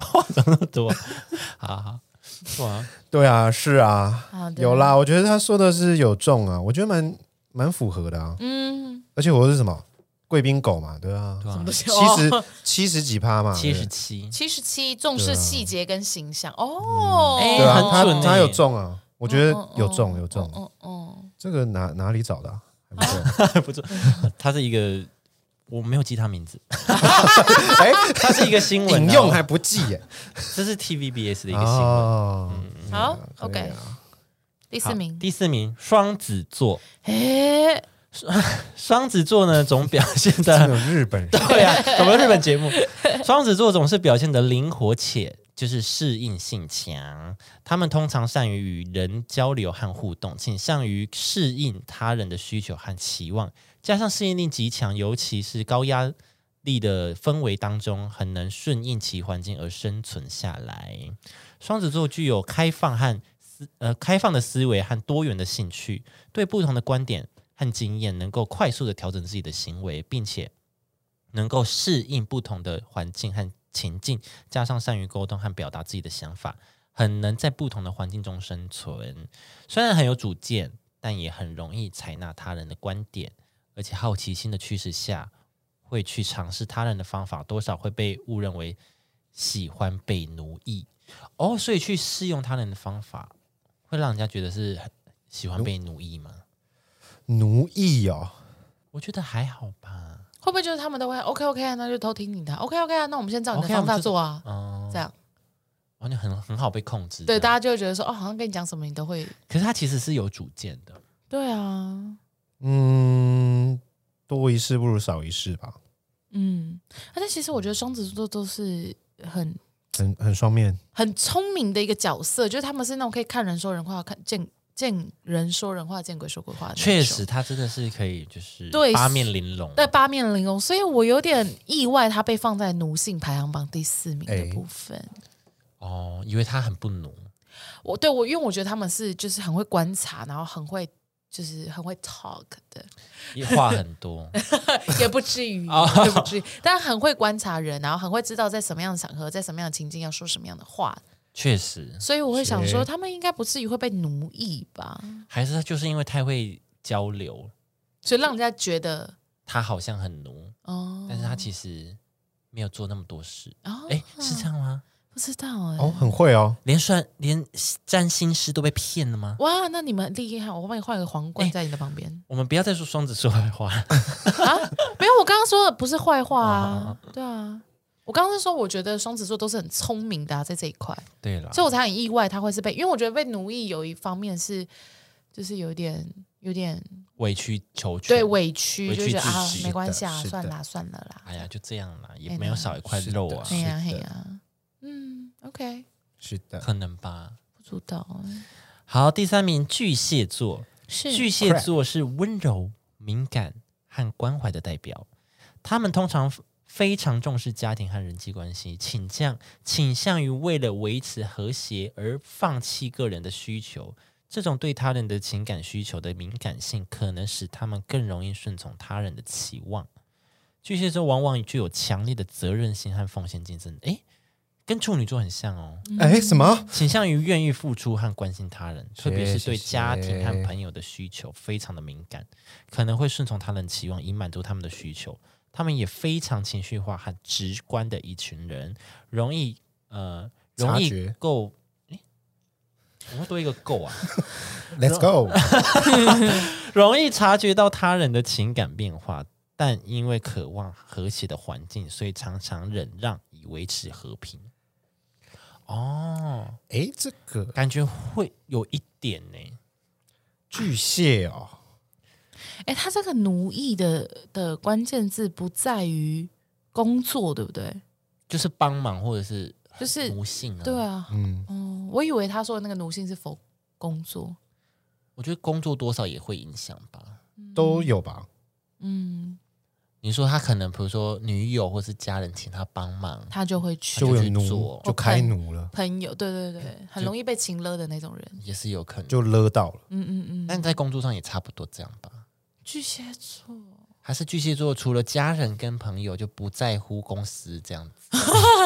A: 话怎么那么多？好好，哇，
B: 对啊，是
C: 啊
B: 啊，
C: 对
B: 有啦，我觉得他说的是有中啊，我觉得蛮蛮符合的啊，
C: 嗯，
B: 而且我是什么贵宾狗嘛，对啊，
A: 什么
C: 不行
B: 七十七十几趴嘛，
A: 七十七，
C: 七十七重视细节跟形象哦，
A: 哎
B: 啊对啊，
A: 很准
B: 他
A: 欸
B: 他有中啊，我觉得
C: 嗯嗯
B: 有中有中，
C: 嗯嗯，
B: 这个哪哪里找的啊？还
A: 不
B: 不错，
C: <laughs>
A: 错，他是一个，我没有记他名
C: <laughs>
A: 字， <laughs>
B: 哎，
A: 他是一个新闻啊
B: 引用还不记耶，
A: 这是 TVBS 的一个新闻。
B: 哦，
C: 嗯好
B: 可以
C: ，OK，
B: 啊
C: 第
A: 第
C: 四名，
A: 第四名，双子座。
C: 哎，
A: 双子座呢，总表现 <laughs>
B: 这
A: 的
B: 有日本人
A: 对啊，我们日本节目，双子座总是表现的灵活且就是适应性强。他们通常善于与人交流和互动，倾向于适应他人的需求和期望，加上适应力极强，尤其是高压力的氛围当中，很能顺应其环境而生存下来。双子座具有开放和思呃开放的思维和多元的兴趣，对不同的观点和经验能够快速的调整自己的行为，并且能够适应不同的环境和情境，加上善于沟通和表达自己的想法，很能在不同的环境中生存。虽然很有主见，但也很容易采纳他人的观点，而且好奇心的驱使下，会去尝试他人的方法，多少会被误认为喜欢被奴役。哦，所以去试用他人的方法，会让人家觉得是很喜欢被奴役
C: 哦
A: 吗？
B: 奴役哦，
A: 我觉得还好吧。
C: 会不会就是他们都会 OK OK 啊？那就偷听你的 OK OK 啊？那我们先照你的
A: OK 啊
C: 方
A: 我
C: 法
A: 们就
C: 做啊，
A: 嗯，
C: 这样
A: 完全哦很很好被控制。
C: 对，
A: 这
C: 大
A: 样
C: 家就会觉得说，哦，好像跟你讲什么你都会，
A: 可是他其实是有主见的。
C: 对啊，
B: 嗯，多一事不如少一事吧，
C: 嗯，啊但其实我觉得双子座都是很
B: 很很双面，
C: 很聪明的一个角色，就是他们是那种可以看人说人话，看见见人说人话，见鬼说鬼话的那种，
A: 确实，他真的是可以，就是
C: 对
A: 八面玲珑。
C: 对，八面玲珑，所以我有点意外，他被放在奴性排行榜第四名的部分。
A: 哎哦，以为他很不
C: <laughs>
A: 奴。
C: 我对我，因为我觉得他们是就是很会观察，然后很会就是很会 talk
A: <laughs>
C: 的，
A: 也话很多，
C: 也不至于，
A: 哦
C: 也不至于，但很会观察人，然后很会知道在什么样的场合，在什么样的情境要说什么样的话，
A: 确实，
C: 所以我会想说，
B: 是
C: 他们应该不至于会被奴役吧，
A: 还是他就是因为太会交流，
C: 所以让人家觉得
A: 他好像很奴，
C: 哦，
A: 但是他其实没有做那么多事。
C: 哦，
A: 哎，是这样吗？
C: 不知道哎、
B: 哦，很会哦，
A: 连算连占星师都被骗了吗？
C: 哇，那你们很厉害！我帮你换个皇冠
A: 哎
C: 在你的旁边、
A: 我们不要再说双子座坏
C: <laughs>
A: 话。
C: 啊！没有，我刚刚说的不是坏话
A: 哦
C: 啊，对啊，我刚刚是说，我觉得双子座都是很聪明的、啊，在这一块，
A: 对了，
C: 所以我才很意外他会是被，因为我觉得被奴役有一方面是，就是有点有点
A: 委曲求全。
C: 对委屈，
A: 委
C: 就
A: 屈
C: 觉得
A: 至
C: 啊
A: 极
C: 没关
B: 的
C: 系啊，
B: 是
C: 算
B: 的
C: 啦算了啦，
A: 哎呀，就这样啦，也
C: 哎
A: 没有
C: 那
A: 少一块
B: 是
A: 肉
B: 的
A: 啊，
C: 嘿哎呀
B: 是
C: 嘿
B: 的
C: 呀，嗯，OK，
B: 是的，
A: 可能吧。
C: 不知道欸
A: 好，第三名巨蟹座，
C: 是
A: 巨蟹座是温柔、敏感和关怀的代表，他们通常非常重视家庭和人际关系，倾向倾向于为了维持和谐而放弃个人的需求。这种对他人的情感需求的敏感性，可能使他们更容易顺从他人的期望。巨蟹座往往具有强烈的责任心和奉献精神，诶，跟处女座很像哦。
C: 嗯
B: 哎，什么？
A: 倾向于愿意付出和关心他人，
B: 谢
A: 特别是对
B: 谢谢
A: 家庭和朋友的需求非常的敏感，可能会顺从他人期望以满足他们的需求。他们也非常情绪化和直观的一群人，容易呃容
B: 察
A: 易
B: 觉
A: 够。诶怎么会多一个够啊？ <laughs>
B: Let's go！
A: 嗯容易察觉到他人的情感变化，但因为渴望和谐的环境，所以常常忍让以维持和平。哦，
B: 哎，这个
A: 感觉会有一点呢、
B: 巨蟹哦，
C: 哎，他这个奴役的的关键字不在于工作，对不对？
A: 就是帮忙或者是
C: 就是
A: 奴性啊。
C: 对，啊，
B: 嗯，
C: 哦，我以为他说的那个奴性是否工作，
A: 我觉得工作多少也会影响吧。
B: 都有吧？
C: 嗯，
A: 你说他可能，比如说女友或是家人请他帮忙，
C: 他就会去
B: 就有
A: 去
B: 奴
A: 做，
B: 就开奴了，
C: 朋友，对对对，很容易被情勒的那种人，
A: 也是有可能。
B: 就勒到了。
C: 嗯嗯嗯，
A: 但在工作上也差不多这样吧。
C: 巨蟹座，
A: 还是巨蟹座，除了家人跟朋友，就不在乎公司这样
C: <laughs>
A: 子。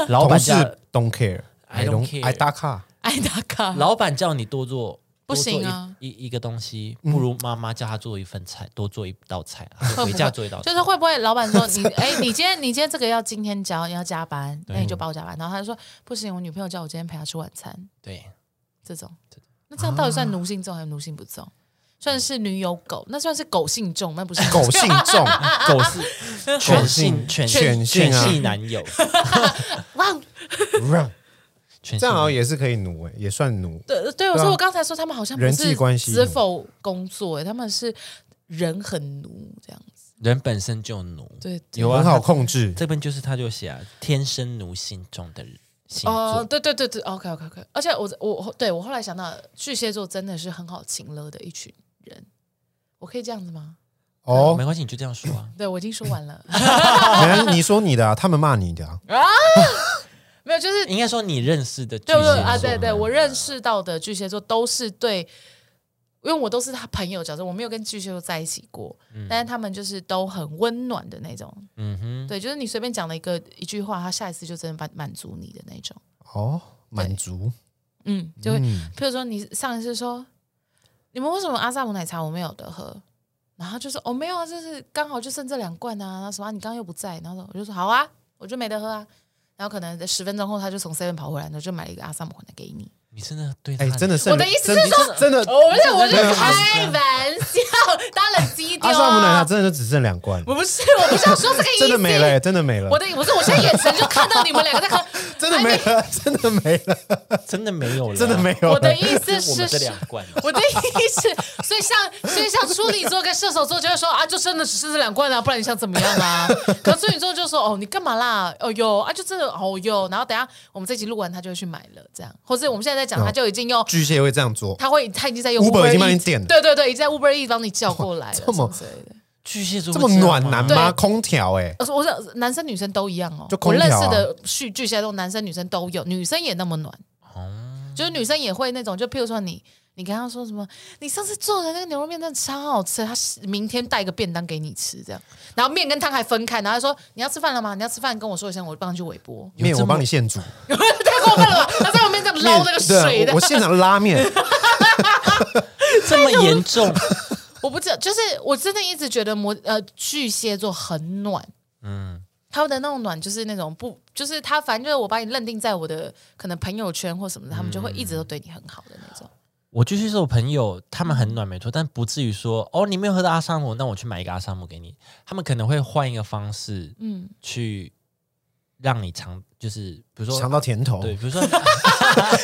A: 老
B: 同
A: 板
B: 事
A: 叫
B: don't care，I
A: I don't care
B: I 打卡，
C: 爱打卡，
A: 老板叫你多做，
C: 不
A: 多做
C: 行啊
A: 一一一个东西，
B: 嗯
A: 不如妈妈叫他做一份菜，多做一道菜，啊回家做一道菜，
C: 就是会不会老板说 <laughs> 你哎，你今天你今天这个要今天交，你要加班，哎那你就包加班，然后他就说不行，我女朋友叫我今天陪她吃晚餐，
A: 对
C: 这种，那这样到底算奴性重还是奴性不重？算是女友狗，那算是狗性重，那不是奴
B: 狗性
A: <laughs>
B: 重，
C: 啊
A: 狗是犬性犬
B: 犬性
A: 犬
B: 啊
A: 系男友，
C: <laughs> 哇，
B: 让
A: 犬
B: 这
A: 系男
B: 样好像
A: 友
B: 也是可以奴哎，也算奴。
C: 对对，我
B: 对啊
C: 说我刚才说他们好像不
B: 人
C: 是
B: 际关系
C: 是否工作、欸，他们是人很奴这样子。
A: 人本身就奴，
C: 对对
A: 有啊，
B: 很好
A: 他
B: 控制，
A: 这边就是他就写啊，天生奴性重的人星
C: 哦、
A: 座，
C: 对对对对，OK OK OK。而且我我对我后来想到，巨蟹座真的是很好情勒的一群人。我可以这样子吗？
B: 哦
A: 没，关系，你就这样说啊。
C: 对我已经说完了， <laughs>
B: 原来你说你的啊，他们骂你的啊，
C: 没有，就是
A: 应该说你认识的巨
C: 对
A: 蟹
C: 不
A: 座
C: 对啊？对对，我认识到的巨蟹座都是对，因为我都是他朋友角色，我没有跟巨蟹座在一起过，但是他们就是都很温暖的那种，
A: 嗯哼，
C: 对，就是你随便讲了一个一句话，他下一次就真的满满足你的那种。
B: 哦，满足，
C: 嗯，就会，譬如说你上一次说，你们为什么阿萨姆奶茶我没有得喝？然后他就说哦没有啊，就是刚好就剩这两罐啊，然后什么、啊、你刚刚又不在，然后我就说好啊，我就没得喝啊。然后可能十分钟后他就从 seven 跑回来，然后就买了一个阿萨姆回来给你。
A: 你真的对他
B: 哎，
A: 很，
B: 真的是，
C: 我的意思是说哦
B: 真的，真的
C: 我不是，我是
B: 没有
C: 开玩笑，当然低调、
B: 阿
C: 啊。
B: 萨姆奶茶真的就只剩两罐，
C: 我不是，我不是要说这个意思。
B: 真的没了欸，真的没了
C: 我，的我是我现在眼神就看到你们两个在喝，
B: 真的没了， <laughs> 真的没了，
A: 啊真的没有了，
B: 真的没有
C: 哎我的
B: 了，
C: 意
A: 就
C: 思
A: 我们这
C: 是
A: 两罐，
C: <laughs> 我的意思，所以像所以像处女座跟射手座就会说啊，就真的只是这两罐啊，不然你想怎么样啊？可处女座就说哦，你干嘛啦？哦哟啊，就真的哦哟，然后等一下我们这集录完，他就会去买了，这样，或者我们现在在讲，他就已经用。
B: 巨蟹会这样做，
C: 他会，他已经在用
B: 嗯 Uber
C: Uber
B: 已经帮你
C: Eats
B: 点了
C: 对对对，已经在 Uber E 帮你叫过来
B: <laughs>
C: 了，
B: 这么
C: 什之类的。
A: 巨蟹座
B: 这
A: 会
B: 么
A: 样
B: 暖男
A: 吗？
B: 吗？空调哎，
C: 呃我说我说男生女生都一样哦，
B: 就
C: 我
B: 空调
C: 认
B: 啊
C: 识的巨巨蟹座男生女生都有，女生也那么暖，
B: 哦
C: 就是女生也会那种，就譬如说你。你跟他说什么？你上次做的那个牛肉面真的超好吃，他明天带一个便当给你吃，这样，然后面跟汤还分开，然后他说你要吃饭了吗？你要吃饭跟我说一声，我帮你去微波。
A: 有
B: 面
A: 这
B: 我
A: 么
B: 帮你现煮，
C: 太过分了吧？ <laughs> 他在旁边这样捞那个水
B: 对，啊
C: 的
B: 我我，现场拉面，
A: 这么严重，
C: 我不知道，就是我真的一直觉得摩呃巨蟹座很暖，
A: 嗯，
C: 他们的那种暖就是那种不，就是他反正就是我把你认定在我的可能朋友圈或什么的，他们就会一直都对你很好的那种。
A: 我巨蟹座朋友他们很暖没错，但不至于说哦，你没有喝到阿萨姆，那我去买一个阿萨姆给你。他们可能会换一个方式
C: 嗯，
A: 去让你 <laughs> 尝，就是比如说
B: 尝到甜头，
A: 对，比如说，
C: 大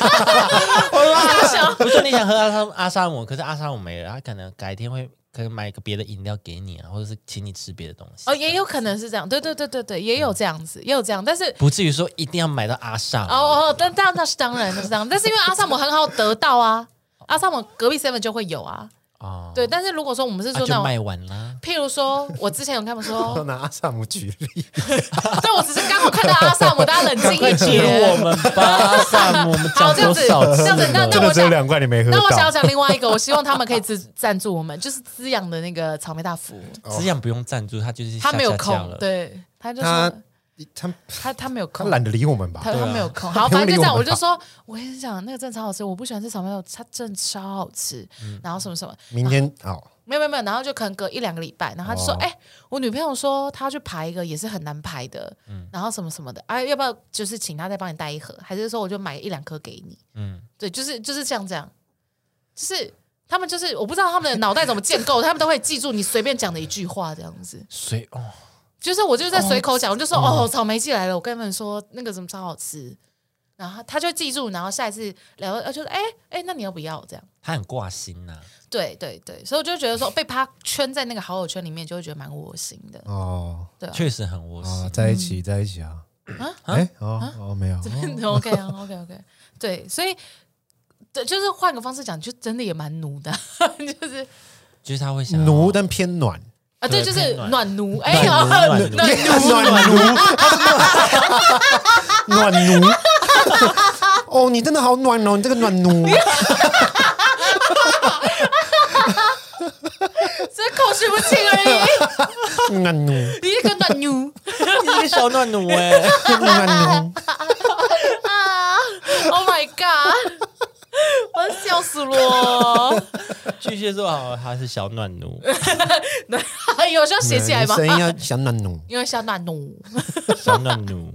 C: 小
A: <laughs> 比如说你你想喝阿萨阿萨姆，可是阿萨姆没了，他可能改天会可能买个别的饮料给你啊，或者是请你吃别的东西
C: 哦，也有可能是这样，对对对对对，也有这样子，也有这样，但是
A: 不至于说一定要买到阿萨姆。
C: 哦哦，但但那是当然，那是当然，但是因为阿萨姆很好得到啊，阿萨姆隔壁 seven 就会有啊，
A: 哦，
C: 对，但是如果说我们是
A: 啊
C: 说那
A: 就
C: 种，
A: 卖完啦。
C: 譬如说我之前有跟他们
B: 都
C: 说，
B: 拿阿萨姆举例，
C: 对我只是刚好看到阿萨姆，大家冷静
A: 快
C: <laughs> 一
A: 记录我
C: 点。
A: 们吧，阿萨姆，我们
C: 好，
A: 讲
C: 这样
A: 多
C: 子，
A: 少次
C: 这样子，那
A: 了
C: 那
B: 真
C: 我
B: 的只有
C: 想，
B: 两块你没喝
C: 那我想要
B: 到。
C: 讲另外一个，我希望他们可以支 <laughs> 赞助我们，就是滋养的那个草莓大福，
A: 这样不用赞助，他就是
C: 他没有
A: 下下架
C: 空
A: 了，。
C: 对，他就
B: 他
C: 说
B: 他
C: 他他没有
B: 他
C: 空，
B: 懒得理我们吧？
C: 他
A: 对啊
C: 他没有空，好，
B: 不用
C: 反正
B: <laughs>
C: 就这
B: 理
C: 样，
B: 我
C: 我
B: 们
C: 就说，我跟你讲，那个真的超好吃，我不喜欢吃草莓肉，它真的超好吃，
B: 嗯
C: 然后什么什么，
B: 明天
A: 啊
B: 好，
C: 没有没有没有，然后就可能隔一两个礼拜，然后他就说，
B: 哦
C: 哎、我女朋友说她要去排一个也是很难排的，然后什么什么的，哎、要不要就是请她再帮你带一盒，还是说我就买一两颗给你？
A: 嗯，
C: 对，就是就是像这样，就是他们就是我不知道他们的脑袋怎么建构，他们都会记住你随便讲的一句话这样子。
A: 所以哦，
C: 就是我就是在随口讲，我就说哦，草莓季来了，我跟你们说那个什么超好吃，然后他就记住，然后下一次聊，呃，就是哎哎，那你要不要这样？
A: 他很挂心呐、
C: 对对对，所以我就觉得说被他圈在那个好友圈里面，就会觉得蛮窝心的。 <laughs>
B: 哦
C: 对啊
A: 确实很窝心。
B: 哦，在一
C: 嗯
B: 起在一起啊！哎
C: 啊
B: 哦哦没有，
C: OK 啊，OK OK，对，所以对，就是换个方式讲，就真的也蛮奴的，啊 <laughs> 就是
A: 就是他会想要 <laughs>
B: 奴但偏暖，
C: 啊，对，
A: 对
C: 就是
A: 偏暖
C: 暖奴，哎呦， <laughs>
A: 暖奴
C: 暖
A: 暖奴
C: 暖
B: 暖奴， <laughs> 暖奴。哦，你真的好暖哦，你这个暖
C: <laughs>
B: 奴。
C: 只是口齿不清而已， <laughs>
B: 暖奴，
C: 你一个暖奴
A: 你是个小暖奴哎、
B: 暖奴，
C: 啊，Oh my god，我要笑死我。
A: <laughs> 巨蟹座好，他是小暖奴，
C: <laughs> 有时候 <laughs> 写起来
A: 嗯
C: 吗
B: 声？音要像暖奴。
C: 因为小暖奴，
A: 小暖奴。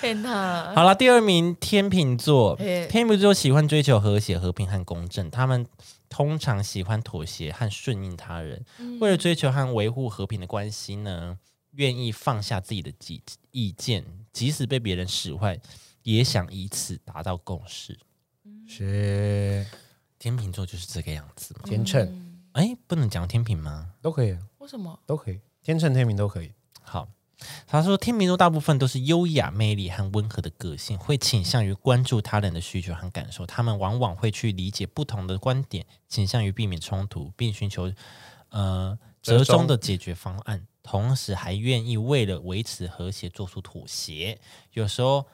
C: 天哪！
A: 好了，第二名天秤座，
C: 嘿
A: 天秤座喜欢追求和谐、和平和公正，他们通常喜欢妥协和顺应他人。为了追求和维护和平的关系呢，愿意放下自己的意意见，即使被别人使坏，也想以此达到共识。
B: 是
A: 天秤座就是这个样子嘛？
B: 天秤
A: 哎，不能讲天平吗？
B: 都可以，
C: 为什么？
B: 都可以，天秤天平都可以。
A: 好，他说天秤座大部分都是优雅、魅力和温和的个性，会倾向于关注他人的需求和感受。他们往往会去理解不同的观点，倾向于避免冲突，并寻求呃折
B: 折中
A: 中的解决方案，同时还愿意为了维持和谐做出妥协。有时候。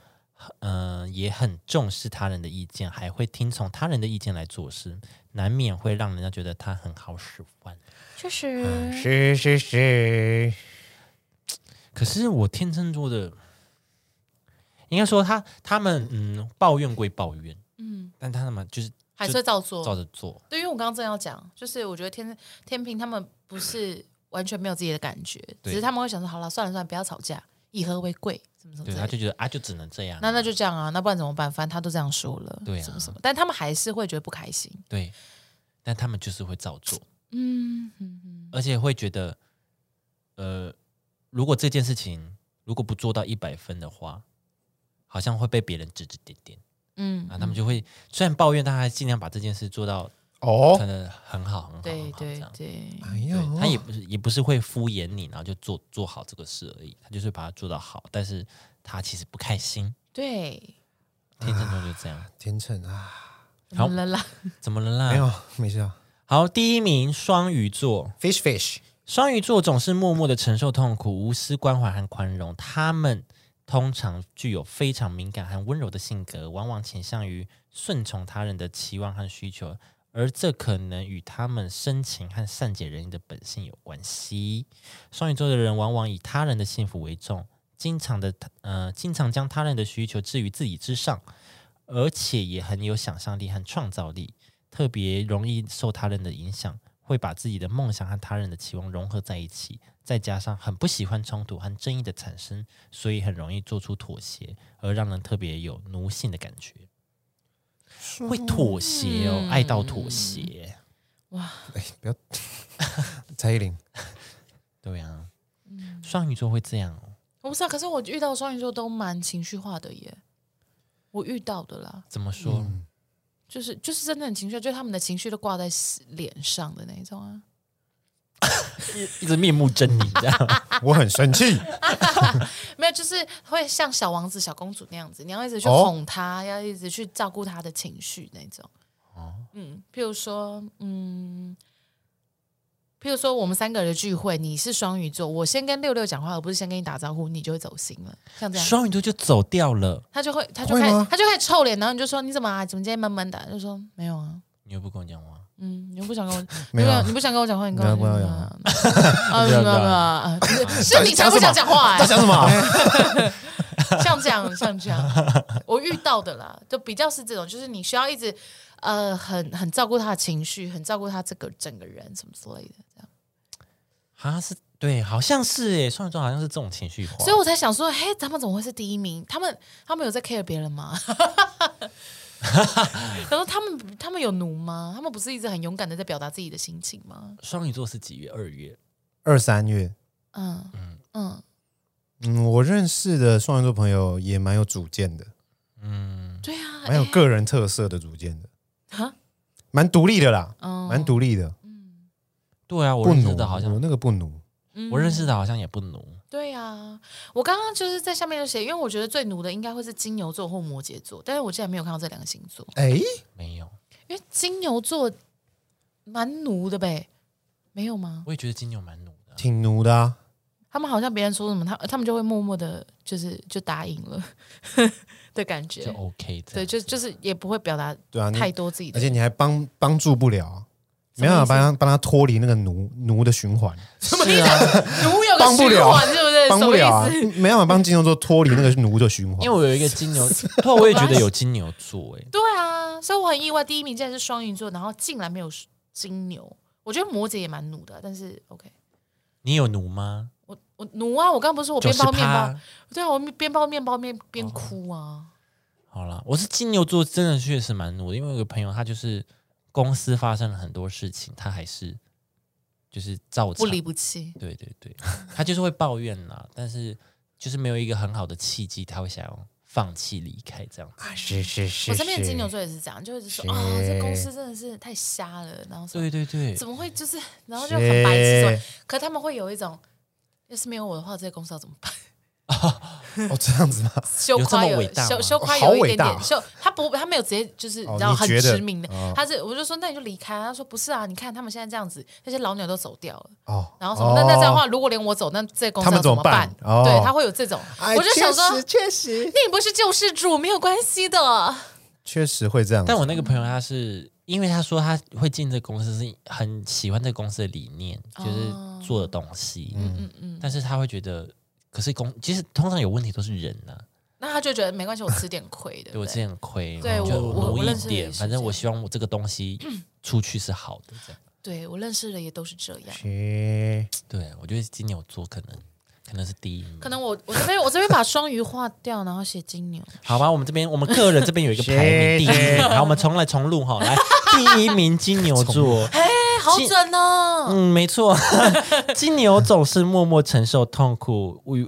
A: 呃，也很重视他人的意见，还会听从他人的意见来做事，难免会让人家觉得他很好使唤。
C: 确
A: 啊
B: 嗯
C: 实，
B: 是是是，
A: 可是我天秤座的，应该说他他们嗯抱怨归抱怨，
C: 嗯，
A: 但他们就是
C: 还是会照做。
A: 照着做。
C: 对，因为我刚刚正要讲，就是我觉得天天平他们不是 <clears throat> 完全没有自己的感觉，只
A: 对
C: 是他们会想说，好了，算了算了，不要吵架，以和为贵，什么什么
A: 对，
C: 之
A: 他
C: 类
A: 就
C: 的。
A: 觉得啊，就只能这样。
C: 那那就这样啊，那不然怎么办？反正他都这样说了，
A: 对啊
C: 什么什么，但他们还是会觉得不开心。
A: 对，但他们就是会照做，
C: 嗯嗯嗯，
A: 而且会觉得，呃，如果这件事情如果不做到一百分的话，好像会被别人指指点点
C: 嗯
A: 啊。他们就会虽然抱怨，但还尽量把这件事做到
B: 哦
A: 可，能很好，很好，
C: 对
A: 很好这
C: 对
A: 样。
C: 对，
B: 哎
A: 对
B: 呦，
A: 他也不是也不是会敷衍你，然后就做做好这个事而已，他就是把它做到好，但是他其实不开心。
C: 对，
A: 天秤座就这样，
B: 天秤啊，
C: 怎
A: 好
C: 么了嗯啦？ <laughs>
A: 怎么了啦？
B: 没有，没事啊。
A: 好，第一名双鱼座，
B: Fish fish，
A: 双鱼座总是默默的承受痛苦，无私关怀和宽容。他们通常具有非常敏感和温柔的性格，往往倾向于顺从他人的期望和需求，而这可能与他们深情和善解人意的本性有关系。双鱼座的人往往以他人的幸福为重，经常的呃，经常将他人的需求置于自己之上，而且也很有想象力和创造力，特别容易受他人的影响，会把自己的梦想和他人的期望融合在一起，再加上很不喜欢冲突和争议的产生，所以很容易做出妥协，而让人特别有奴性的感觉。会妥协
C: 嗯
A: 哦，爱到妥协，
B: 哎，不要， <laughs> 蔡依林，
A: 对啊，
C: 嗯
A: 双鱼座会这样哦。
C: 我不知道，可是我遇到的双鱼座都蛮情绪化的耶，我遇到的啦。
A: 怎么说？
C: 就是就是真的很情绪，就是他们的情绪都挂在脸上的那一种啊。
A: 一直面目狰狞这
C: <laughs>
A: 样。
B: 我很生气，
C: 没有，就是会像小王子、小公主那样子，你要一直去
B: 哦
C: 哄他，要一直去照顾他的情绪那种。嗯，譬如说，嗯，譬如说我们三个人的聚会，你是双鱼座，我先跟六六讲话，而不是先跟你打招呼，你就会走心了，像这样。
A: 双鱼座就走掉了，
C: 他就会，他就
B: 会
C: 开
B: 吗，
C: 他就开始臭脸，然后你就说你怎么啊？怎么今天闷闷的？就说没有啊，
A: 你又不跟我讲话，
C: 嗯，你又不想跟我，
B: <laughs> 没有啊
C: 你不想跟我讲话，你跟
B: 没
C: 我
B: 有没有
C: 讲话啊，没有没有 <laughs> 啊，
B: <laughs>
C: 是你才不想讲话，
B: 在
C: 哎
B: 想什么？
C: <laughs> 像这样，像这样，我遇到的啦，就比较是这种，就是你需要一直呃，很很照顾他的情绪，很照顾他这个整个人什么之类的，这样。
A: 啊，是对，好像是诶，双鱼座好像是这种情绪化，
C: 所以我才想说，嘿，他们怎么会是第一名？他们他们有在 care 别人吗？ <laughs> 可是他们他们有奴吗？他们不是一直很勇敢的在表达自己的心情吗？
A: 双鱼座是几月？二月。
B: 二三月，
C: 嗯嗯，
B: 嗯，我认识的双鱼座朋友也蛮有主见的，
A: 嗯，
C: 对啊，
B: 蛮有
C: 哎
B: 个人特色的主见的，
C: 哈，
B: 蛮独立的啦，
C: 嗯
B: 蛮独立的，
A: 对啊，我
B: 不
A: 认
B: 奴
A: 识的好
B: 我
A: 像，
B: 那个不奴，
C: 嗯
A: 我认识的好像也不奴。
C: 对啊，我刚刚就是在下面就写，因为我觉得最奴的应该会是金牛座或摩羯座，但是我竟然没有看到这两个星座，
B: 哎，
A: 没有，
C: 因为金牛座蛮奴的呗，没有吗？
A: 我也觉得金牛蛮奴的。
B: 挺奴的啊，
C: 他们好像别人说什么，他他们就会默默的，就是就答应了 <laughs> 的感
A: 就
B: 哦
C: 觉。
A: OK 的，
C: 对，就就是也不会表达
B: 对啊，你
C: 太多自己的，
B: 而且你还帮帮助不了啊，
C: 什
B: 没
C: 么
B: 办法
C: 意思
B: 帮他帮他脱离那个奴奴的循环，
C: 什么
B: <laughs>
C: 意
A: 啊
C: 思？奴有个
B: 帮不
C: 循
B: 了
C: 环，是不是？
B: 帮
C: 什
B: 不
C: 么
B: 了啊
C: 意思？，
B: 没办法帮金牛座脱离那个奴的循环，
A: 因为我有一个金
C: <laughs>
A: 牛，对啊，我也觉得有金牛座哎，
C: 对啊，所以我很意外，第一名竟然是双鱼座，然后竟然没有金牛。我觉得摩羯也蛮奴的，啊但是 OK。
A: 你有奴吗？
C: 我我奴啊！我刚刚不是说我
A: 九
C: 边
A: 十
C: 包面包
A: 趴，，
C: 对啊，我边包面包面边哭啊。
A: 好了，我是金牛座，真的确实蛮努的，因为我有个朋友他就是公司发生了很多事情，他还是就是照常
C: 不离不弃。
A: 对对对，他就是会抱怨啦，但是就是没有一个很好的契机，他会想要放弃离开这样子。
B: 啊是是是
C: 我身边的金牛座也是这样，就会一直说啊，这公司真的是太瞎了，然后说
A: 对对对，
C: 怎么会就是，然后
B: 是
C: 就很白痴说，可他们会有一种，要是没有我的话，这个公司要怎么办？
B: 哦这样子吗？
C: 羞
A: 有这
C: 夸
A: 么
C: 有
A: 伟大
C: 羞
A: 吗
C: 羞夸
B: 好
C: 有一
B: 伟
C: 点
B: 大
C: 点羞，他不他没有直接就是
B: 哦
C: 然后
B: 你
C: 很
B: 觉得
C: 直明的
B: 哦，
C: 他是我就说那你就离开啊，他说不是啊，你看他们现在这样子，那些老鸟都走掉了。
B: 哦，
C: 然后什么？那那这样的话，如果连我走，那这公司
B: 他们
C: 要怎
B: 怎么办
C: 办？
B: 哦
C: 对，他会有这种，
B: 哎，
C: 我就想
B: 确
C: 说
B: 实，确实
C: 你不是救世主，没有关系的。
B: 确实会这样子，
A: 但我
C: 嗯
A: 那个朋友他是因为他说他会进这个公司是很喜欢这个公司的理念，就是做的东西，
C: 哦嗯嗯，
A: 但是他会觉得，可是公其实通常有问题都是人呐、
C: 那他就觉得没关系，我吃点亏，
A: 对
C: 对不
A: 我之
C: 对？
A: 前很亏，
C: 对
A: 我
C: 我
A: 就
C: 我
A: 努
C: 我
A: 一
C: 认识的也
A: 点，
C: 是
A: 反正
C: 这
A: 我
C: 样
A: 希望我这个东
C: <clears throat>
A: 西出去是好的，这样。
C: 对我认识的也都是这样。
B: 切 <laughs>
A: 对，我觉得金牛座可能可能是第一名，
C: 可能我我这边我这边把双鱼划掉，然后写金牛。
A: 好吧，我们这边我们个人这边有一个排名第一名，好，我们重来重录哈，来，第一名金牛座，
C: 哎，好准哦！
A: 嗯，没错， <laughs> 金牛总是默默承受痛苦，与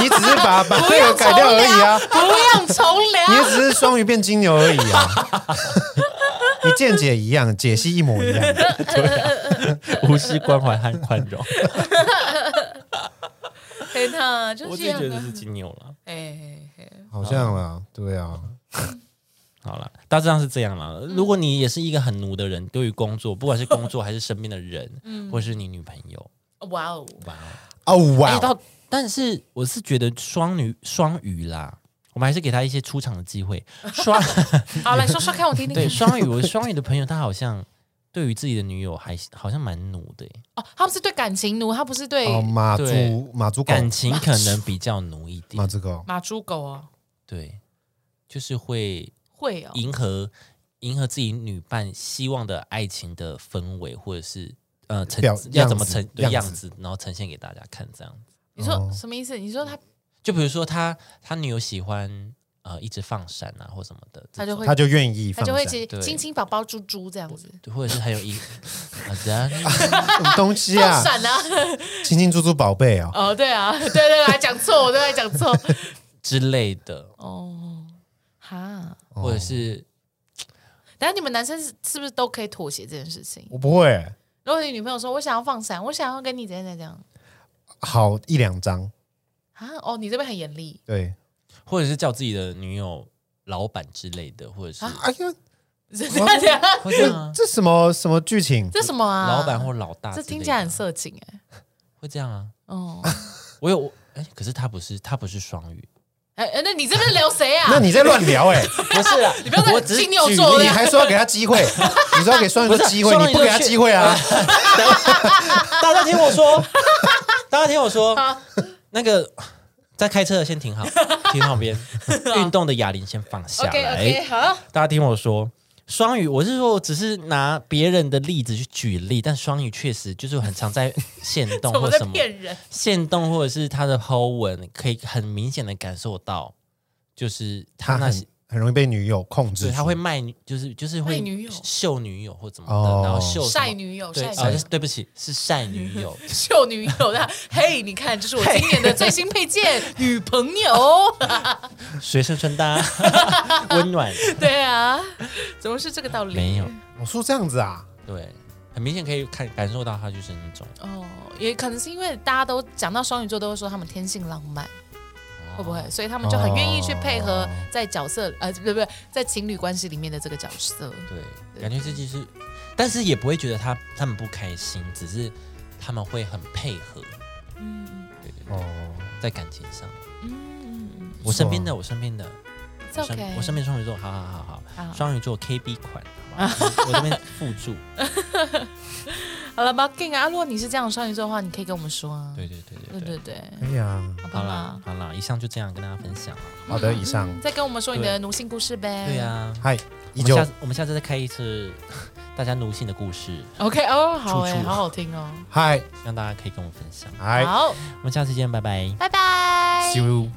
B: 你只是把把这个改掉而已啊，
C: 不用从
B: <laughs> 你也
C: 良，
B: 只是双鱼变金牛而已啊， <laughs> 你见解一样，解析一模一样，
A: <laughs> 无视关怀和宽容，
C: 天哪， <laughs> 就
A: 我
C: 是
A: 自己
C: 这样
A: 觉得
C: 啊。
A: 是金牛了。
C: 哎，嘿嘿
B: 好像啊，对啊，
A: 好了，大致上是这样了。
C: 嗯
A: 如果你也是一个很奴的人，对于工作，不 <laughs> 管是工作还是身边的人，
C: 嗯
A: 或是你女朋友，
C: 哇哦，
A: 哇哦，
B: 哦哇
A: 哎，到，但是我是觉得双鱼双鱼啦，我们还是给他一些出场的机
C: <laughs>
A: 会。双
C: 好来说说看，我听听。
A: 对双鱼，我双鱼的朋友，他好像对于自己的女友还好像蛮奴的耶，欸
C: 哦，他们是对感情奴，他不是对
B: 哦马
A: 对
B: 祖马祖狗
A: 感情可
C: <laughs>
A: 能比较奴一
B: 马
C: 哦
A: 点，
B: 祖狗，
C: 马猪狗哦，
A: 对，就是会
C: 会哦，
A: 迎合迎合自己女伴希望的爱情的氛围，或者是呃呈
B: 表
A: 要怎么
B: 样子
A: 呈对
B: 样
A: 样
B: 子
A: 子，然后呈现给大家看这样子。
C: 你说
B: 哦
C: 什么意思？你说他
A: 就比如说他他女友喜欢呃一直放闪啊或什么的，
C: 他就会
B: 他就愿意
C: 他
B: 放
C: 就会
B: 下
C: 其实
A: 对
C: 亲亲宝宝猪猪这样子。
A: 对，或者是很有影啊，怎样？ <laughs>
B: 什么东西
C: 放
B: 啊，
C: 闪啊！ <laughs>
B: 亲亲猪猪宝贝啊，
C: 哦，对啊，对对对，讲错，我都在讲
A: <laughs>
C: 错。
A: 之类的，
C: 哦，哈，
B: 哦
A: 或者是
C: 然后你们男生是是不是都可以妥协这件事情？
B: 我不会，
C: 如果你女朋友说我想要放闪，我想要跟你怎样怎样
B: 好一两张，
C: 怎样啊，哦，你这边很严厉， <laughs>
B: 对，
A: 或者是叫自己的女友老板之类的，或者是
C: 啊
B: 哎呀，
C: 是这样讲，
A: 或是啊
B: 这什么什么剧情？
C: 这什么啊？
A: 老板或老大之
C: 这
A: 类的，
C: 听起来很色情哎、
A: 会这样啊。 <laughs>
C: 哦，
A: 我有哎，可是他不是他不是双鱼，
C: 哎、哎那你这边聊谁啊？
B: 那你在乱聊
A: <laughs>
B: 哎、
A: 不是啊，
C: <laughs> 你不要再
A: 我只是
C: 金牛
A: 举
C: 座
A: 例
C: 对了
B: 你
C: 啊
B: 还说要给他机
A: <laughs>
B: 会，你说要给双鱼座
A: 不是
B: 机会，
A: 双鱼
B: 你不给他
A: 座去
B: 机会啊？
A: 大家听我
C: <laughs>
A: 说，大家听我说，那个在开车的先停
C: <laughs>
A: 好，停旁边，运动的哑铃先放下
C: OK
A: 来。
C: OK 好，
A: 大家听我说，双鱼，我是说，我只是拿别人的例子去举例，但双鱼确实就是很常在限动
C: <laughs> 怎么
A: 或
C: 在
A: 什么
C: 骗人？
A: 限动，或者是他的 Po 文，可以很明显的感受到，就是他
B: 他
A: <laughs> 那些
B: 很。很容易被女友控制
A: 对，
B: 住，
A: 他会卖女，就是就是会
C: 卖女友
A: 秀女友或怎么的，
B: 哦
A: 然后秀什么
C: 晒女友，
A: 对
C: 晒
A: 啊、
C: 女
A: 就
C: 友
A: 是，对不起，是晒女友，
C: 秀女友的。嘿，你看，这是我今年的最新配件，女朋友。
A: 随身穿搭，温暖，
C: <laughs> 对啊，怎么是这个道理？
A: 没有，
B: 我说这样子啊，
A: 对，很明显可以看感受到他就是那种
C: 哦，也可能是因为大家都讲到双鱼座，都会说他们天性浪漫，
A: 哦
C: 会不会？所以他们就很愿意去配合在角色，呃，不是不是，在情侣关系里面的这个角色。
A: 对，感觉这就是，但是也不会觉得他他们不开心，只是他们会很配合，
C: 嗯
A: 对对对，
B: 哦，
A: 在感情上，
C: 嗯
A: 我身边的我身边的，
C: ，it's
A: 我身
C: ，OK，
A: 我身边双鱼座，好好好好，
C: 好
A: 双鱼座 KB 款，
C: <laughs>
A: 好吗我这边附注，
C: 好了 b u g i n 啊，如果你是这样的双鱼座的话，你可以跟我们说啊。
A: 对对对对
C: 对
A: 对，
C: 对对，
B: 哎呀，
C: 好不
A: 好
C: 好
A: 啦？好啦，以上就这样跟大家分享了，
B: 好的，以上，
C: 嗯再跟我们说你的奴性故事呗。
A: 对呀，
B: 嗨，
A: 我
B: 依
A: 们
B: 旧
A: 下次我们下次再开一次 <laughs> 大家奴性的故事，
C: ，OK 哦，好哎
A: 处，处
C: 好好听哦。
B: 嗨
A: 希望大家可以跟我分享。
B: 嗨
C: 好，
A: 我们下次见，拜拜。
C: 拜拜。
B: ，see you。